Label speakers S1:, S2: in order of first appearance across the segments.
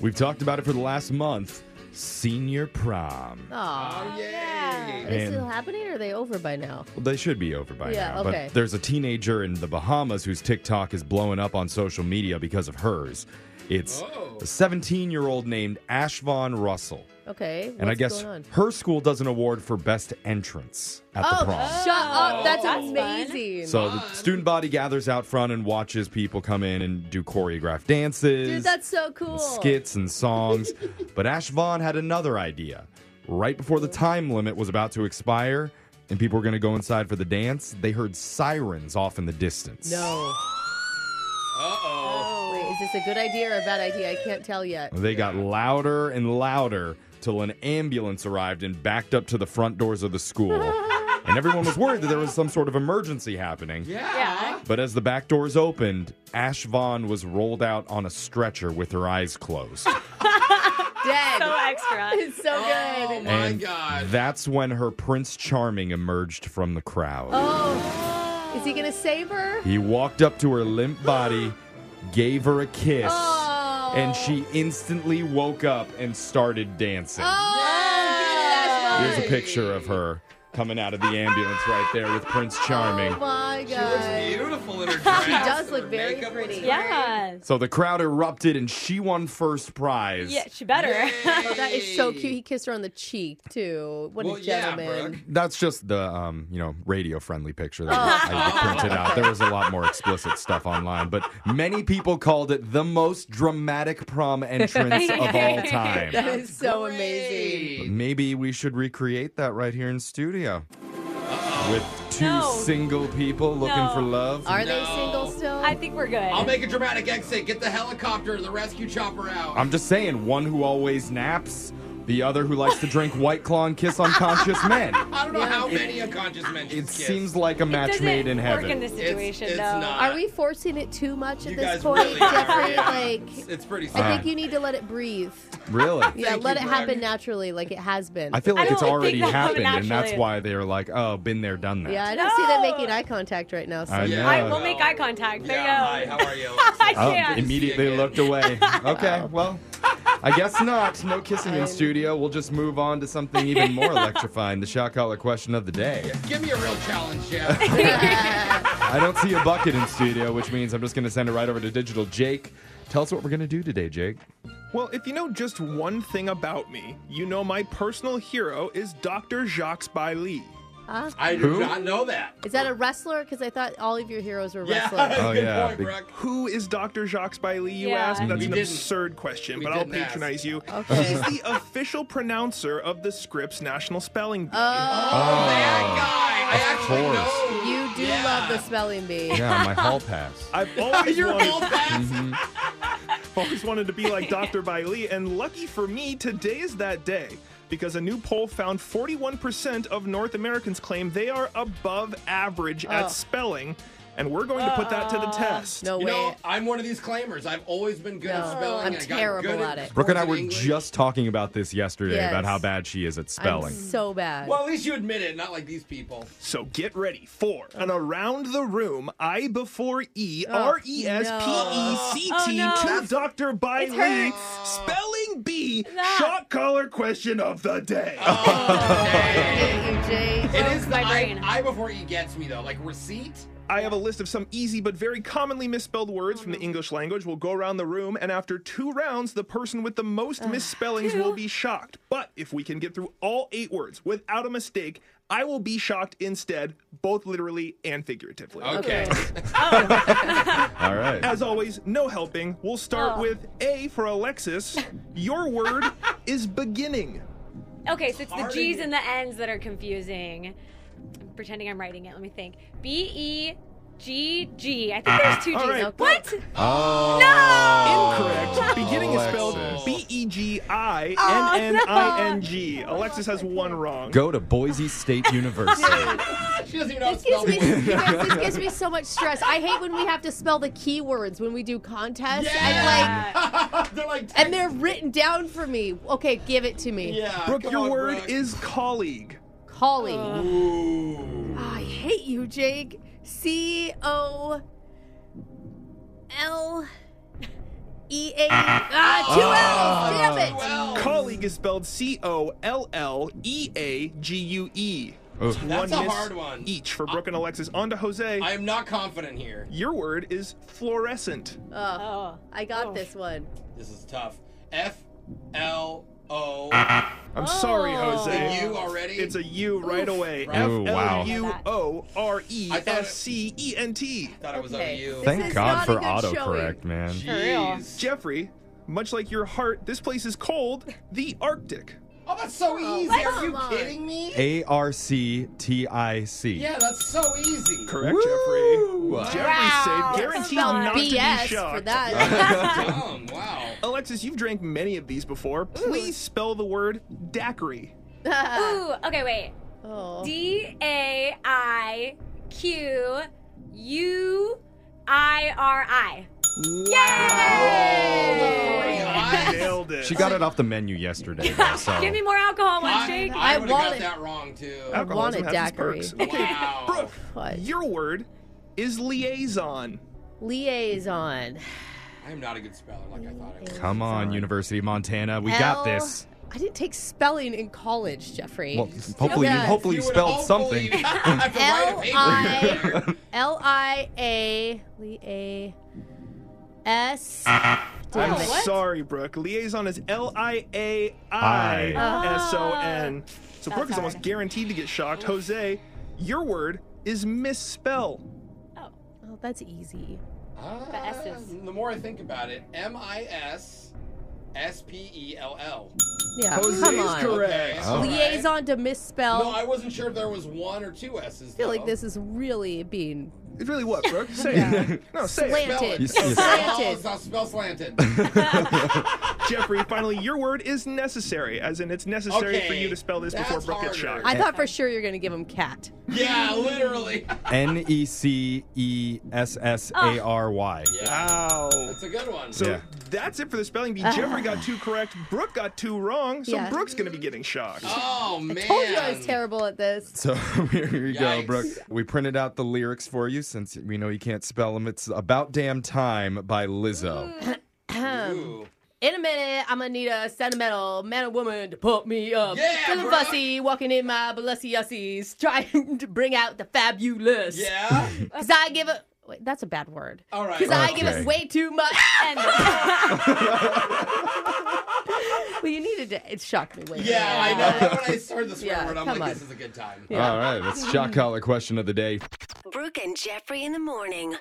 S1: We've talked about it for the last month. Senior prom.
S2: Oh, yeah. Is it
S1: And-
S2: still happening or are they over by now?
S1: Well, They should be over by
S2: Yeah,
S1: now.
S2: okay.
S1: But there's a teenager in the Bahamas whose TikTok is blowing up on social media because of hers. It's
S2: Oh.
S1: a 17 year old named Ashvon Russell.
S2: Okay. What's
S1: and I guess
S2: going on?
S1: her school does an award for best entrance at the
S2: Oh,
S1: prom.
S2: shut up. That's
S3: That's fun.
S2: amazing.
S1: so the student body gathers out front and watches people come in and do choreographed dances,
S2: Dude, that's so cool.
S1: and skits, and songs. but Ashvon had another idea. Right before the time limit was about to expire and people were going to go inside for the dance, they heard sirens off in the distance.
S2: No.
S3: Oh.
S2: Wait, is this a good idea or a bad idea? I can't tell yet.
S1: They got louder and louder till an ambulance arrived and backed up to the front doors of the school. and everyone was worried that there was some sort of emergency happening.
S3: Yeah.
S1: But as the back doors opened, Ash Vaughn was rolled out on a stretcher with her eyes closed.
S2: Dead.
S3: So extra. Oh,
S2: It's so good.
S4: My
S1: and
S4: God.
S1: that's when her Prince Charming emerged from the crowd.
S2: Oh. Is he going to save her?
S1: He walked up to her limp body, gave her a kiss,
S2: Oh.
S1: and she instantly woke up and started dancing.
S2: Oh,
S1: Here's a picture of her coming out of the ambulance right there with Prince Charming.
S2: Oh my
S4: She
S2: god.
S4: looks beautiful in her dress.
S2: She does
S4: and
S2: look
S4: her
S2: very
S4: makeup
S2: pretty.
S4: looks
S3: Yeah.
S1: So the crowd erupted and she won first prize.
S3: Yeah, she better.
S4: great.
S2: Oh, That is so cute. He kissed her on the cheek too. What
S4: Well,
S2: a
S4: yeah,
S2: gentleman.
S4: Brooke.
S1: That's just the um, you know, radio friendly picture that
S3: Oh.
S1: I printed out. There was a lot more explicit stuff online, but many people called it the most dramatic prom entrance of all time.
S2: that is so amazing.
S4: Great.
S1: Maybe we should recreate that right here in studio. With two
S3: No.
S1: single people looking
S3: No.
S1: for love.
S2: Are they
S4: No.
S2: single still?
S3: I think we're good.
S4: I'll make a dramatic exit. Get the helicopter and the rescue chopper out.
S1: I'm just saying, one who always naps, the other who likes to drink White Claw and kiss unconscious men.
S4: I don't know how many unconscious men she's
S1: It
S4: kissed.
S1: seems like a match
S3: Doesn't
S1: made in
S3: work
S1: heaven.
S3: in this situation,
S4: it's
S3: though.
S4: not.
S2: Are we forcing it too much at
S4: you
S2: this
S4: guys
S2: point,
S4: really are,
S2: Jeffrey?
S4: yeah.
S2: Like
S4: it's, it's pretty
S2: I
S4: sad.
S2: think you need to let it breathe.
S1: really?
S2: Yeah,
S4: Thank
S2: let
S4: you,
S2: it
S4: Brooke.
S2: happen naturally like it has been.
S1: I feel like
S3: I
S1: it's
S3: don't
S1: already
S3: think that
S1: happened, and that's
S3: naturally-
S1: why they're like, oh, been there, done that.
S2: yeah, I don't see them
S3: No.
S2: making eye contact right now. So
S1: I know.
S4: Yeah.
S3: I will make eye contact. There
S4: uh, yeah,
S3: you
S4: hi,
S3: go.
S4: how are you?
S3: I
S1: Oh,
S3: can't.
S1: immediately
S4: Again.
S1: looked away. Okay, well, I guess not. No kissing in
S2: I'm-
S1: studio. We'll just move on to something even more electrifying the shot collar question of the day.
S4: Give me a real challenge, Jeff.
S1: I don't see a bucket in studio, which means I'm just going to send it right over to Digital Jake. Tell us what we're going to do today, Jake.
S5: Well, if you know just one thing about me, you know my personal hero is Dr. Jacques Bailly.
S4: I do
S1: Who?
S4: not know that.
S2: Is that a wrestler? Because I thought all of your heroes were
S4: Yeah,
S2: wrestlers.
S1: Oh,
S4: good
S1: yeah,
S4: point,
S1: big-
S4: Brooke.
S5: Who is Dr. Jacques Bailly, you
S3: Yeah.
S5: ask? That's
S4: We
S5: an
S4: didn't-
S5: absurd question,
S4: we
S5: but I'll
S4: didn't ask.
S5: patronize you.
S2: Okay.
S5: He's the official pronouncer of the Scripps National Spelling Bee.
S2: Oh.
S4: That guy, I actually
S1: course.
S4: know.
S2: You do
S4: Yeah.
S2: love the spelling bee.
S1: Yeah, my hall pass.
S5: I've always
S4: You're
S5: wanted,
S4: all
S1: Mm-hmm.
S4: fast.
S5: always wanted to be like Dr. Bailey, and lucky for me, today is that day. Because a new poll found 41% of North Americans claim they are above average
S2: Oh.
S5: at spelling, and we're going to put that to the test.
S2: No
S4: You know,
S2: way.
S4: I'm one of these claimers. I've always been good at
S2: No.
S4: spelling.
S2: I'm
S4: and I got
S2: terrible
S4: good
S2: at it.
S1: Brooke and I
S4: sports
S1: were
S4: English.
S1: just talking about this yesterday
S2: Yes.
S1: about how bad she is at
S2: I'm
S1: spelling.
S2: so bad.
S4: Well, at least you admit it, not like these people.
S5: So get ready for an around the room I before E R E S P E C
S3: Oh,
S5: T
S3: no.
S5: to Dr. Bailey spelling B
S3: Ah.
S5: shot collar question of the day.
S3: Oh.
S2: Thank you, Jay.
S4: It is
S3: my
S4: the I,
S3: brain.
S4: I before E gets me though. Like receipt.
S5: I have a list of some easy but very commonly misspelled words
S3: Oh,
S5: from the English language. We'll go around the room, and after two rounds, the person with the most misspellings will be shocked. But if we can get through all eight words without a mistake, I will be shocked instead, both literally and figuratively.
S4: Okay.
S1: All right.
S5: As always, no helping. We'll start
S3: Oh.
S5: with A for Alexis. Your word is beginning.
S3: Okay, so it's the
S4: Hard.
S3: G's and the N's that are confusing. I'm pretending I'm writing it. Let me think. B E G G. I think there's two G's.
S5: All right,
S3: What?
S1: Oh.
S4: Oh,
S5: Incorrect. Beginning is
S1: Alexis.
S5: spelled B E G I N N I N G.
S4: Oh,
S5: Alexis has one wrong.
S1: Go to Boise State University.
S4: she doesn't even know how to
S2: This
S4: spell.
S2: gives, me, yes, this gives me so much stress. I hate when we have to spell the keywords when we do contests. And, like,
S3: Uh,
S4: They're like.
S2: and they're written down for me. Okay, give it to me.
S4: Yeah.
S5: Brooke,
S4: come
S5: your
S4: on,
S5: word
S4: Brooke.
S5: is colleague.
S2: Colleague.
S4: Oh. Ooh.
S2: I hate you, Jake. C O
S3: Oh.
S2: L E A. Ah, two L's.
S5: Colleague is spelled C O L L E A G U E.
S1: Ooh.
S5: One
S4: That's a
S5: miss
S4: hard one.
S1: E.
S5: Each for Brooke and Alexis. On to Jose.
S4: I am not confident here.
S5: Your word is fluorescent.
S2: Oh,
S3: Oh,
S2: I got
S3: Oh.
S2: this one.
S4: This is tough. F L O.
S5: I'm sorry,
S3: Oh.
S5: Jose.
S4: The U already?
S5: It's a U right away.
S4: Right.
S5: F
S1: Oh, wow.
S5: L U O R E
S4: I thought it-
S5: S C E N T.
S4: Thought it was
S2: Okay.
S4: a U.
S2: This
S1: Thank
S2: is
S1: God
S2: not a
S1: for
S2: good showing.
S1: autocorrect, man.
S3: For real.
S4: Jeez.
S5: Jeffrey, much like your heart, this place is cold, the Arctic.
S4: Oh, that's so easy. Are you
S2: come on.
S4: kidding me?
S1: A R C T I C.
S4: Yeah, that's so easy.
S5: Correct,
S1: Woo!
S5: Jeffrey. Jeffrey
S3: Wow.
S5: safe. Guaranteed
S2: Spelled
S5: not to
S2: BS
S5: be shocked.
S2: uh, for that.
S4: Dumb. Wow.
S5: Alexis, you've drank many of these before. Please spell the word daiquiri.
S3: Ooh, okay, wait.
S2: oh.
S3: D A I Q U I R I.
S4: Three
S3: Yay!
S4: eyes.
S5: Nailed it.
S1: She got it off the menu yesterday. though, so.
S3: Give me more alcohol, one
S4: I,
S2: Oh,
S3: shake.
S4: I would have
S2: want
S4: got
S2: it.
S4: that wrong too.
S5: Alcoholism
S2: want a
S5: has its
S2: daiquiri.
S5: perks. Okay,
S4: Wow.
S5: Brooke,
S2: What?
S5: your word is liaison.
S2: Liaison.
S4: I am not a good speller like I thought I was.
S1: Come on, University of Montana. We got
S2: L-
S1: this.
S2: I didn't take spelling in college, Jeffrey.
S1: Well, hopefully, you
S2: Yes.
S1: hopefully you
S4: would
S1: spelled
S4: hopefully-
S1: something.
S4: I have to write a
S2: L-I-
S4: paper. later.
S2: L I A L A S.
S5: I'm
S2: Damn it.
S3: what?
S5: sorry, Brooke. Liaison is L I A I S O N.
S2: Ah.
S5: So Brooke is
S3: hard.
S5: almost guaranteed to get shocked. Jose, your word is misspell.
S2: Oh, that's easy.
S4: Ah,
S3: The S's.
S4: the more I think about it, M I S S P E L L.
S2: Yeah,
S5: Jose
S2: come
S5: is
S2: on.
S5: correct.
S4: Okay, all right.
S2: Liaison to misspell.
S4: No, I wasn't sure if there was one or two S's.
S2: I feel like
S4: though.
S2: this is really being
S5: It's really what, Brooke? Say it. No, say it.
S4: Spell it.
S2: slanted.
S1: Yes, yes.
S4: Oh,
S2: Slanted.
S4: it's not spell slanted.
S5: Jeffrey, finally, your word is necessary, as in it's necessary for
S4: Okay,
S5: you to spell this
S4: that's
S5: before Brooke gets
S4: harder.
S5: shocked.
S2: I thought for sure you're going to give him cat.
S4: yeah, literally.
S1: N E C E S S A R Y.
S4: Yeah,
S5: Wow.
S4: that's a good one.
S5: So
S1: Yeah.
S5: that's it for the spelling bee. Jeffrey got two correct. Brooke got two wrong. So
S2: Yeah.
S5: Brooke's going to be getting shocked.
S4: oh man.
S2: Told you I was terrible at this.
S1: So here you go,
S4: Yikes.
S1: Brooke. We printed out the lyrics for you since we know you can't spell them. It's About Damn Time by Lizzo.
S4: Ooh.
S2: In a minute, I'm gonna need a sentimental man or woman to put me up.
S4: Yeah,
S2: Feeling
S4: bro.
S2: fussy, walking in my Balenciugas, trying to bring out the fabulous.
S4: Yeah.
S2: Cause I give a wait, that's a bad word.
S4: All right.
S2: Cause I give
S1: Okay.
S2: it way too much.
S3: And
S2: well, you needed to. It shocked me. Way
S4: Yeah, I know. When I started this
S2: Yeah,
S4: word, I'm
S2: come
S4: like, this
S2: on.
S4: is a good time.
S1: All right, that's shock collar question of the day.
S6: Brooke and Jeffrey in the morning.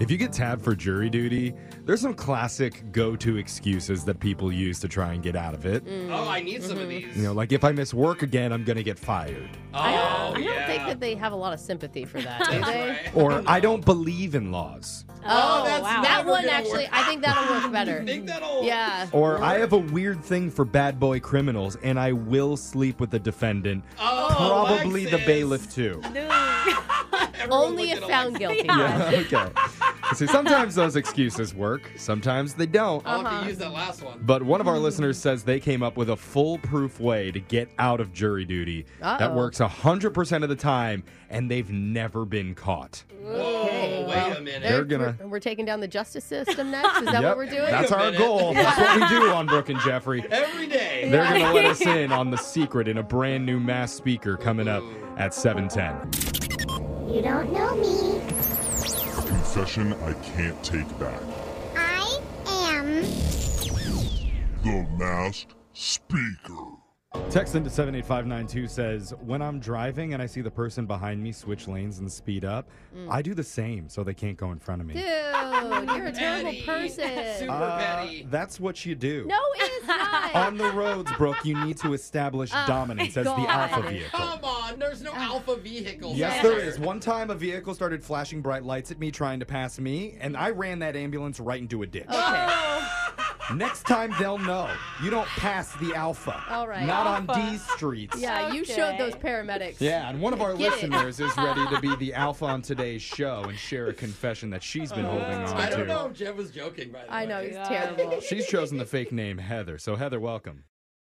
S1: If you get tabbed for jury duty, there's some classic go-to excuses that people use to try and get out of it.
S4: Oh, I need
S2: Mm-hmm.
S4: some of these.
S1: You know, like if I miss work again, I'm gonna get fired.
S4: oh,
S2: I don't, I don't
S4: yeah.
S2: think that they have a lot of sympathy for that, do
S4: That's
S2: they?
S4: right.
S1: Or I don't believe in laws.
S2: Oh,
S4: that's
S3: wow.
S2: that
S4: never
S2: one
S4: gonna
S2: actually.
S4: work.
S2: I think that'll work better.
S4: think that'll.
S2: yeah.
S1: Or I have a weird thing for bad boy criminals and I will sleep with the defendant.
S4: Oh,
S1: Probably the
S4: Alexis.
S1: bailiff too.
S4: Everyone
S2: Only
S4: look
S2: if
S4: at
S2: found
S4: Alexis.
S2: guilty.
S1: Yeah, okay. See, sometimes those excuses work, sometimes they don't.
S4: I'll have
S2: uh-huh.
S4: to use that last one.
S1: But one of our listeners says they came up with a foolproof way to get out of jury duty that
S2: Uh-oh.
S1: works 100% of the time, and they've never been caught.
S4: Whoa,
S2: Okay,
S4: wait
S2: well,
S4: a minute.
S1: They're gonna-
S2: We're, we're taking down the justice system next. Is
S1: Yep,
S2: that what we're doing?
S1: That's
S4: Wait a
S1: our
S4: minute.
S1: goal. That's what we do on Brooke and Jeffrey.
S4: Every day.
S1: They're going to let us in on the secret in a brand new mass speaker coming up at 710.
S7: You don't know me.
S8: Confession I can't take back.
S7: I am.
S8: The masked speaker.
S1: Text into 78592 says, When I'm driving and I see the person behind me switch lanes and speed up, I do the same so they can't go in front of me.
S2: Mm. Dude, you're a terrible
S4: Petty.
S2: person.
S4: Super
S1: Uh,
S4: petty.
S1: that's what you do.
S2: no, it's not.
S1: On the roads, Brooke, you need to establish dominance as the
S2: God.
S1: alpha vehicle.
S4: Come on, there's no
S2: Ah.
S4: alpha vehicles.
S1: Yes,
S4: out
S1: there is. One time a vehicle started flashing bright lights at me trying to pass me, and I ran that ambulance right into a ditch.
S2: Okay.
S1: Next time they'll know. You don't pass the alpha.
S2: All right.
S1: Not on D streets.
S2: Yeah, you showed those paramedics.
S1: Yeah, and one of our
S2: Get it.
S1: listeners is ready to be the alpha on today's show and share a confession that she's been holding on
S4: I
S1: to.
S4: don't know if Jeff was joking, by the way.
S2: I know, he's terrible.
S1: She's chosen the fake name Heather. So Heather, welcome.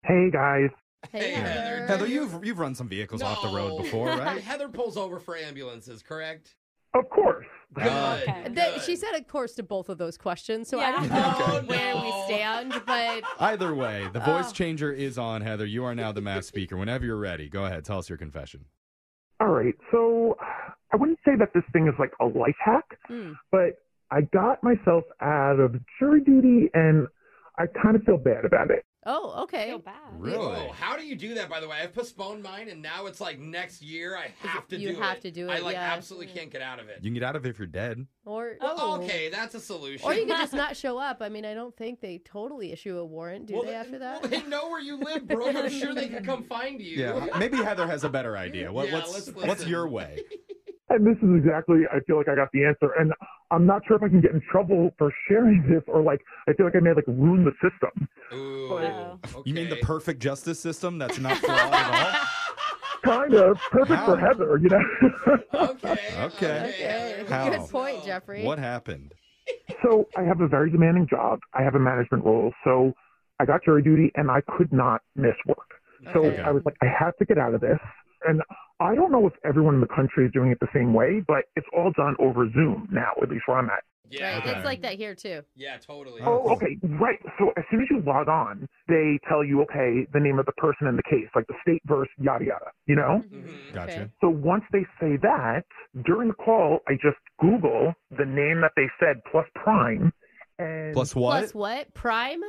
S9: Hey guys,
S2: Hey,
S4: Heather.
S2: Heather.
S1: Heather, you've you've run some vehicles off the road
S4: No.
S1: before, right?
S4: Heather pulls over for ambulances, correct?
S9: Of course.
S4: Good.
S2: They, she said, of course, to both of those questions. So I
S3: Yeah.
S2: don't know where we stand, but
S1: Either way, the voice
S2: Oh.
S1: changer is on, Heather. You are now the mass speaker. Whenever you're ready, go ahead. Tell us your confession.
S9: All right. So I wouldn't say that this thing is like a life hack,
S2: Mm.
S9: but I got myself out of jury duty and I kind of feel bad about it.
S2: oh,
S3: I
S2: okay.
S3: feel bad.
S1: Really?
S4: Whoa, how do you do that, by the way? I've postponed mine, and now it's like next year I have to
S2: You
S4: do
S2: have
S4: it.
S2: to do
S4: I
S2: it,
S4: like
S2: yeah.
S4: absolutely can't get out of it.
S1: You can get out of it if you're dead.
S2: Or
S4: Well, okay, that's a solution.
S2: Oh. Or you could just not show up. I mean, I don't think they totally issue a warrant, do
S4: Well,
S2: they? After that,
S4: Well, they know where you live, bro. I'm sure they could come find you.
S1: Yeah. Maybe Heather has a better idea. What,
S4: Yeah,
S1: what's
S4: let's
S1: what's
S4: listen.
S1: your way?
S9: And this is exactly, I feel like I got the answer. And I'm not sure if I can get in trouble for sharing this or like, I feel like I may like ruin the system.
S4: Ooh.
S3: Uh-oh.
S1: You mean the
S4: okay.
S1: perfect justice system that's not fraud at
S9: Kind of perfect for
S1: How?
S9: Heather, you know?
S4: Okay.
S1: Okay.
S4: Okay.
S2: Okay.
S1: How?
S2: Good point, Jeffrey.
S1: all? What happened?
S9: so I have a very demanding job. I have a management role. So I got jury duty and I could not miss work. So
S1: Okay.
S9: I was like, I have to get out of this. And I don't know if everyone in the country is doing it the same way, but it's all done over Zoom now, at least where I'm at.
S4: Yeah.
S2: Right, it's like that here too.
S4: yeah, totally.
S1: Oh,
S9: Oh, okay, right. So as soon as you log on, they tell you, okay, the name of the person in the case, like the state verse, yada, yada, you know?
S4: Mhm.
S1: Gotcha.
S2: Okay.
S9: So once they say that, during the call, I just Google the name that they said plus prime and
S1: Plus what?
S2: Plus what? Prime?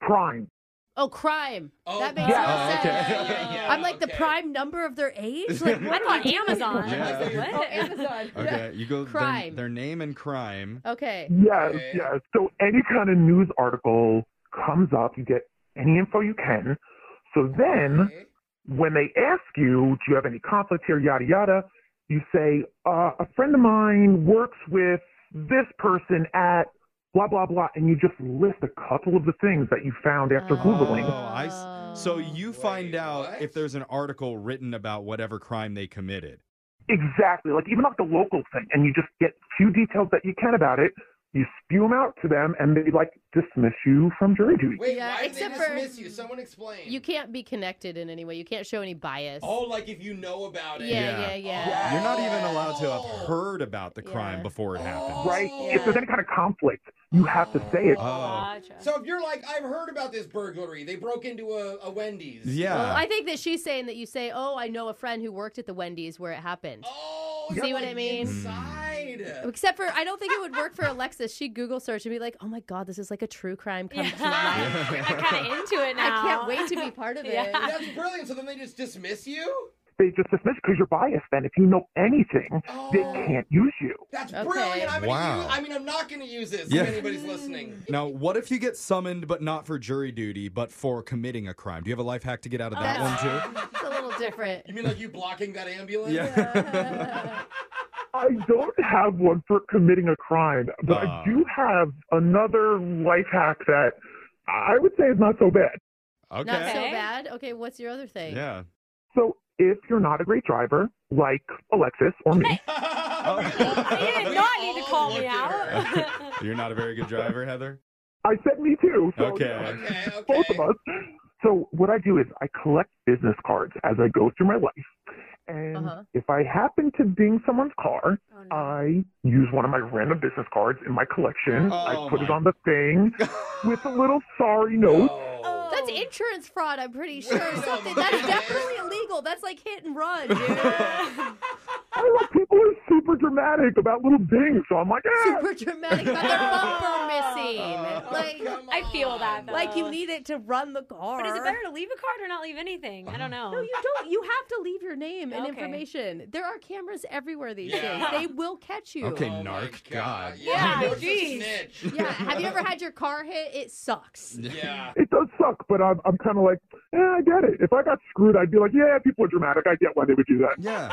S9: prime.
S2: Oh, crime.
S4: Oh,
S2: that makes
S9: yeah.
S2: no
S1: Oh,
S2: sense.
S1: okay. Yeah, yeah,
S4: yeah,
S2: I'm like the
S4: okay.
S2: prime number of their age. Like what?
S3: I'm on Amazon. I was like,
S1: Yeah.
S2: Oh,
S3: what?
S2: Amazon.
S1: Okay, you go their-
S2: Crime.
S1: Their, name and crime.
S2: Okay.
S9: Yes,
S4: Okay.
S9: yes. So any kind of news article comes up, you get any info you can. So then
S4: Okay.
S9: when they ask you, do you have any conflict here, yada, yada, you say, uh, a friend of mine works with this person at blah, blah, blah, and you just list a couple of the things that you found after Googling.
S1: Oh, I s-
S2: Um,
S1: so you find
S4: Wait,
S1: out
S4: what?
S1: if there's an article written about whatever crime they committed.
S9: Exactly. Like even like the local thing, and you just get few details that you can about it. You spew them out to them, and they like dismiss you from jury duty.
S4: Wait,
S2: Yeah,
S4: why did they
S2: except for-
S4: dismiss you? Someone explain.
S2: You can't be connected in any way. You can't show any bias.
S4: Oh, like if you know about it.
S2: yeah, yeah,
S1: Yeah.
S2: yeah.
S4: Yeah.
S1: You're not even allowed to have
S4: Oh.
S1: heard about the crime
S2: Yeah.
S1: before it happened.
S9: Right?
S2: Yeah.
S9: If there's any kind of conflict, you have to say it.
S1: Oh,
S3: Gotcha.
S4: So if you're like, I've heard about this burglary. They broke into a, a Wendy's.
S1: yeah.
S2: Well, I think that she's saying that you say, "Oh, I know a friend who worked at the Wendy's where it happened."
S4: Oh,
S2: See
S4: you're,
S2: what I
S4: like,
S2: mean? Mm.
S4: Inside.
S2: Except for, I don't think it would work for Alexis. She'd Google search and be like, "Oh my God, this is like a true crime come to life."
S3: Yeah. I'm kind of into it
S2: I
S3: now.
S2: can't wait to be part of it.
S3: Yeah.
S4: That's brilliant. So then they just dismiss you?
S9: They just dismiss because you're biased. Then if you know anything, they
S4: Oh.
S9: can't use you.
S4: That's
S2: Okay.
S4: brilliant. I'm
S1: Wow.
S4: gonna use, I mean, I'm not going to use this
S1: Yeah.
S4: if anybody's listening.
S1: Now, what if you get summoned, but not for jury duty, but for committing a crime? Do you have a life hack to get out of that one too?
S2: It's a little different.
S4: You mean like you blocking that ambulance?
S9: I don't have one for committing a crime, but
S1: Ah.
S9: I do have another life hack that I would say is not so bad.
S1: Okay.
S2: Not so
S3: Okay.
S2: bad. Okay, what's your other thing?
S1: Yeah.
S9: So if you're not a great driver, like Alexis or me,
S3: You
S1: Oh.
S3: did not need to
S4: all
S3: call me
S4: looked at
S3: out.
S1: You're not a very good driver, Heather.
S9: I said me too. So
S1: Okay.
S4: okay, okay.
S9: both of us. So what I do is I collect business cards as I go through my life. And
S2: Uh-huh.
S9: if I happen to ding someone's car,
S3: Oh, no.
S9: I use one of my random business cards in my collection.
S1: Oh,
S9: I put it
S1: my-
S9: on the thing with a little sorry note.
S4: Oh.
S2: That's
S3: Oh.
S2: insurance fraud, I'm pretty sure.
S4: Well,
S2: Something
S4: man.
S2: that's definitely illegal. That's like hit and run, dude.
S9: I like people are super dramatic about little things, so I'm like, ah,
S2: Super dramatic about their bumper missing. Oh, like,
S4: Oh, Come
S3: I feel that.
S4: on.
S3: Though.
S2: like you need it to run the car.
S3: But is it better to leave a card or not leave anything? I don't know.
S2: No, you don't. You have to leave your name and
S3: Okay.
S2: information. There are cameras everywhere these
S4: Yeah.
S2: days. They will catch you.
S1: Okay,
S4: Oh my
S1: narc. God.
S4: Yeah,
S3: Yeah,
S4: you're just a
S3: geez.
S4: snitch.
S2: Yeah. Have you ever had your car hit? It sucks.
S4: Yeah.
S9: it does suck, but I'm, I'm kind of like, eh, I get it. If I got screwed, I'd be like, yeah, people are dramatic. I get why they would do that.
S1: Yeah.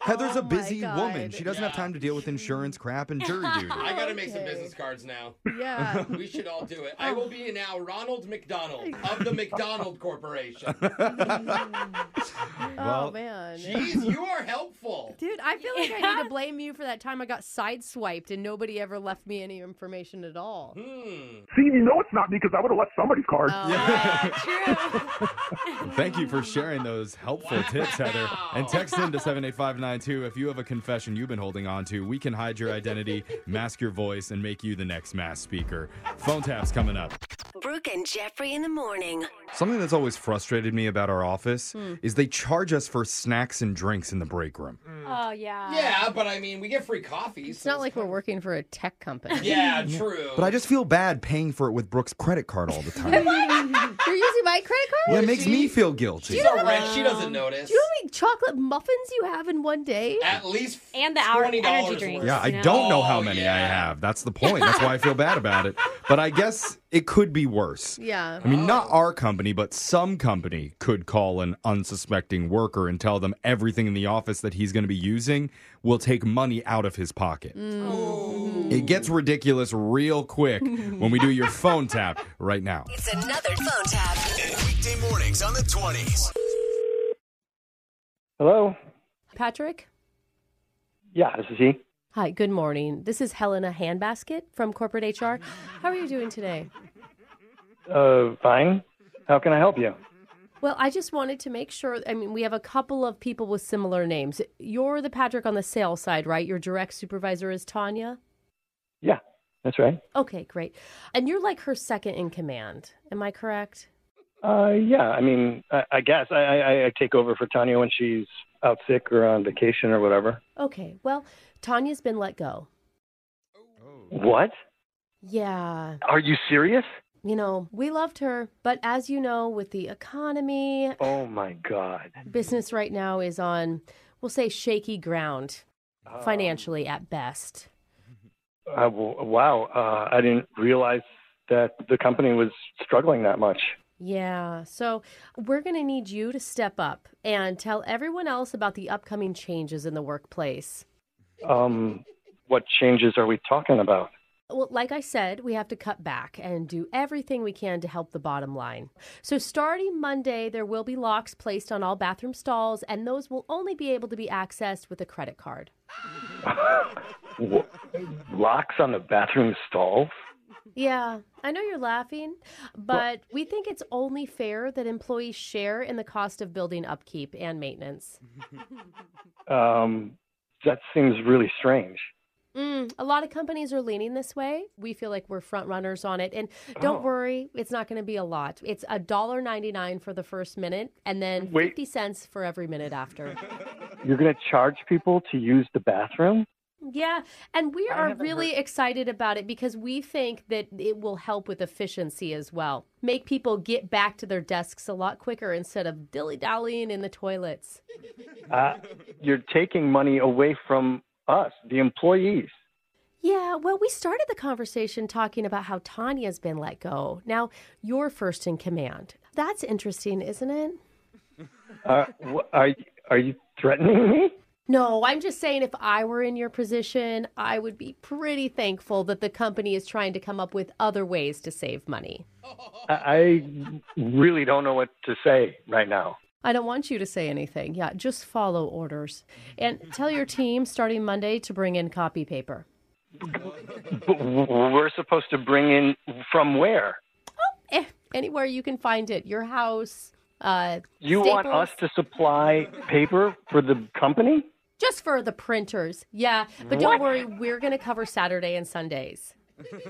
S1: Heather's a
S2: Oh my
S1: busy
S2: God.
S1: woman. She doesn't have
S4: Yeah.
S1: time to deal with insurance crap and jury duty.
S4: I gotta make some
S2: Okay.
S4: business cards now.
S2: Yeah.
S4: We should all do it. I will be now Ronald McDonald of the McDonald Corporation.
S1: Well,
S2: oh man.
S4: Jeez, you are helpful.
S2: Dude, I feel like I need
S3: Yeah.
S2: to blame you for that time I got sideswiped and nobody ever left me any information at all.
S4: Hmm.
S9: See, you know it's not me because I would have left somebody's card.
S2: Oh.
S3: Uh, true.
S1: Thank you for sharing those helpful tips, Heather. And text in to 78592 line too. If you have a confession you've been holding on to, we can hide your identity, mask your voice, and make you the next mass speaker. Phone taps coming up.
S10: Brooke and Jeffrey in the morning.
S1: Something that's always frustrated me about our office
S4: Hmm.
S1: is they charge us for snacks and drinks in the break room.
S4: Hmm.
S11: Oh yeah.
S4: Yeah, but I mean, we get free coffee.
S2: It's not like we're working for a tech company.
S4: Yeah, true.
S1: But I just feel bad paying for it with Brooke's credit card all the time. yeah,
S2: You're using my credit card?
S1: it makes me feel guilty.
S4: She's a wretch. She doesn't notice.
S2: Do you know how many chocolate muffins you have in one day?
S4: At least
S11: And the hour
S4: $20
S11: energy
S4: worth.
S11: drinks.
S1: Yeah, I
S11: No.
S1: don't know how
S4: Oh,
S1: many I
S4: yeah.
S1: have. That's the point. That's why I feel bad about it. But I guess it could be worse.
S2: Yeah.
S1: I mean, not
S4: Oh.
S1: our company, but some company could call an unsuspecting worker and tell them everything in the office that he's going to be using will take money out of his pocket.
S4: Mm.
S1: It gets ridiculous real quick when we do your phone tap right now.
S10: It's another phone tap.
S12: Weekday mornings on the 20s.
S13: Hello?
S2: Patrick?
S13: Yeah, this is he.
S2: Hi, good morning. This is Helena Handbasket from Corporate HR. How are you doing today?
S13: Uh, fine. How can I help you?
S2: Well, I just wanted to make sure. I mean, we have a couple of people with similar names. You're the Patrick on the sales side, right? Your direct supervisor is Tanya?
S13: Yeah, that's right.
S2: Okay, great. And you're like her second in command. Am I correct?
S13: Uh, yeah, I mean, I, I guess I, I, I take over for Tanya when she's out sick or on vacation or whatever.
S2: Okay, well, Tanya's been let go.
S13: What?
S2: Yeah.
S13: Are you serious?
S2: You know, we loved her, but as you know, with the economy,
S13: Oh my God.
S2: business right now is on, we'll say, shaky ground financially at best.
S13: Uh, w- wow, uh, I didn't realize that the company was struggling that much.
S2: Yeah. So we're going to need you to step up and tell everyone else about the upcoming changes in the workplace.
S13: Um, what changes are we talking about?
S2: Well, like I said, we have to cut back and do everything we can to help the bottom line. So, starting Monday, there will be locks placed on all bathroom stalls, and those will only be able to be accessed with a credit card.
S13: W- locks on the bathroom stalls?
S2: Yeah, I know you're laughing, but we think it's only fair that employees share in the cost of building upkeep and maintenance.
S13: Um, that seems really strange.
S2: Mm, a lot of companies are leaning this way. We feel like we're front runners on it. And don't
S13: Oh.
S2: worry, it's not going to be a lot. It's a dollar ninety nine for the first minute, and then
S13: Wait.
S2: fifty cents for every minute after.
S13: You're going to charge people to use the bathroom?
S2: yeah, and we are really excited about it because we think that it will help with efficiency as well. Make people get back to their desks a lot quicker instead of dilly dallying in the toilets.
S13: Uh, you're taking money away from us, the employees.
S2: Yeah, well, we started the conversation talking about how Tanya's been let go. Now you're first in command. That's interesting, isn't it?
S13: Uh, wh- are, are you threatening me?
S2: No, I'm just saying if I were in your position, I would be pretty thankful that the company is trying to come up with other ways to save money.
S13: I, I really don't know what to say right now.
S2: I don't want you to say anything. Yeah, just follow orders. And tell your team starting Monday to bring in copy paper.
S13: But w- we're supposed to bring in from where?
S2: Eh, anywhere you can find it, your house, uh,
S13: You want
S2: Staples.
S13: us to supply paper for the company?
S2: just for the printers. Yeah, but don't worry, we're going to cover Saturday and Sundays.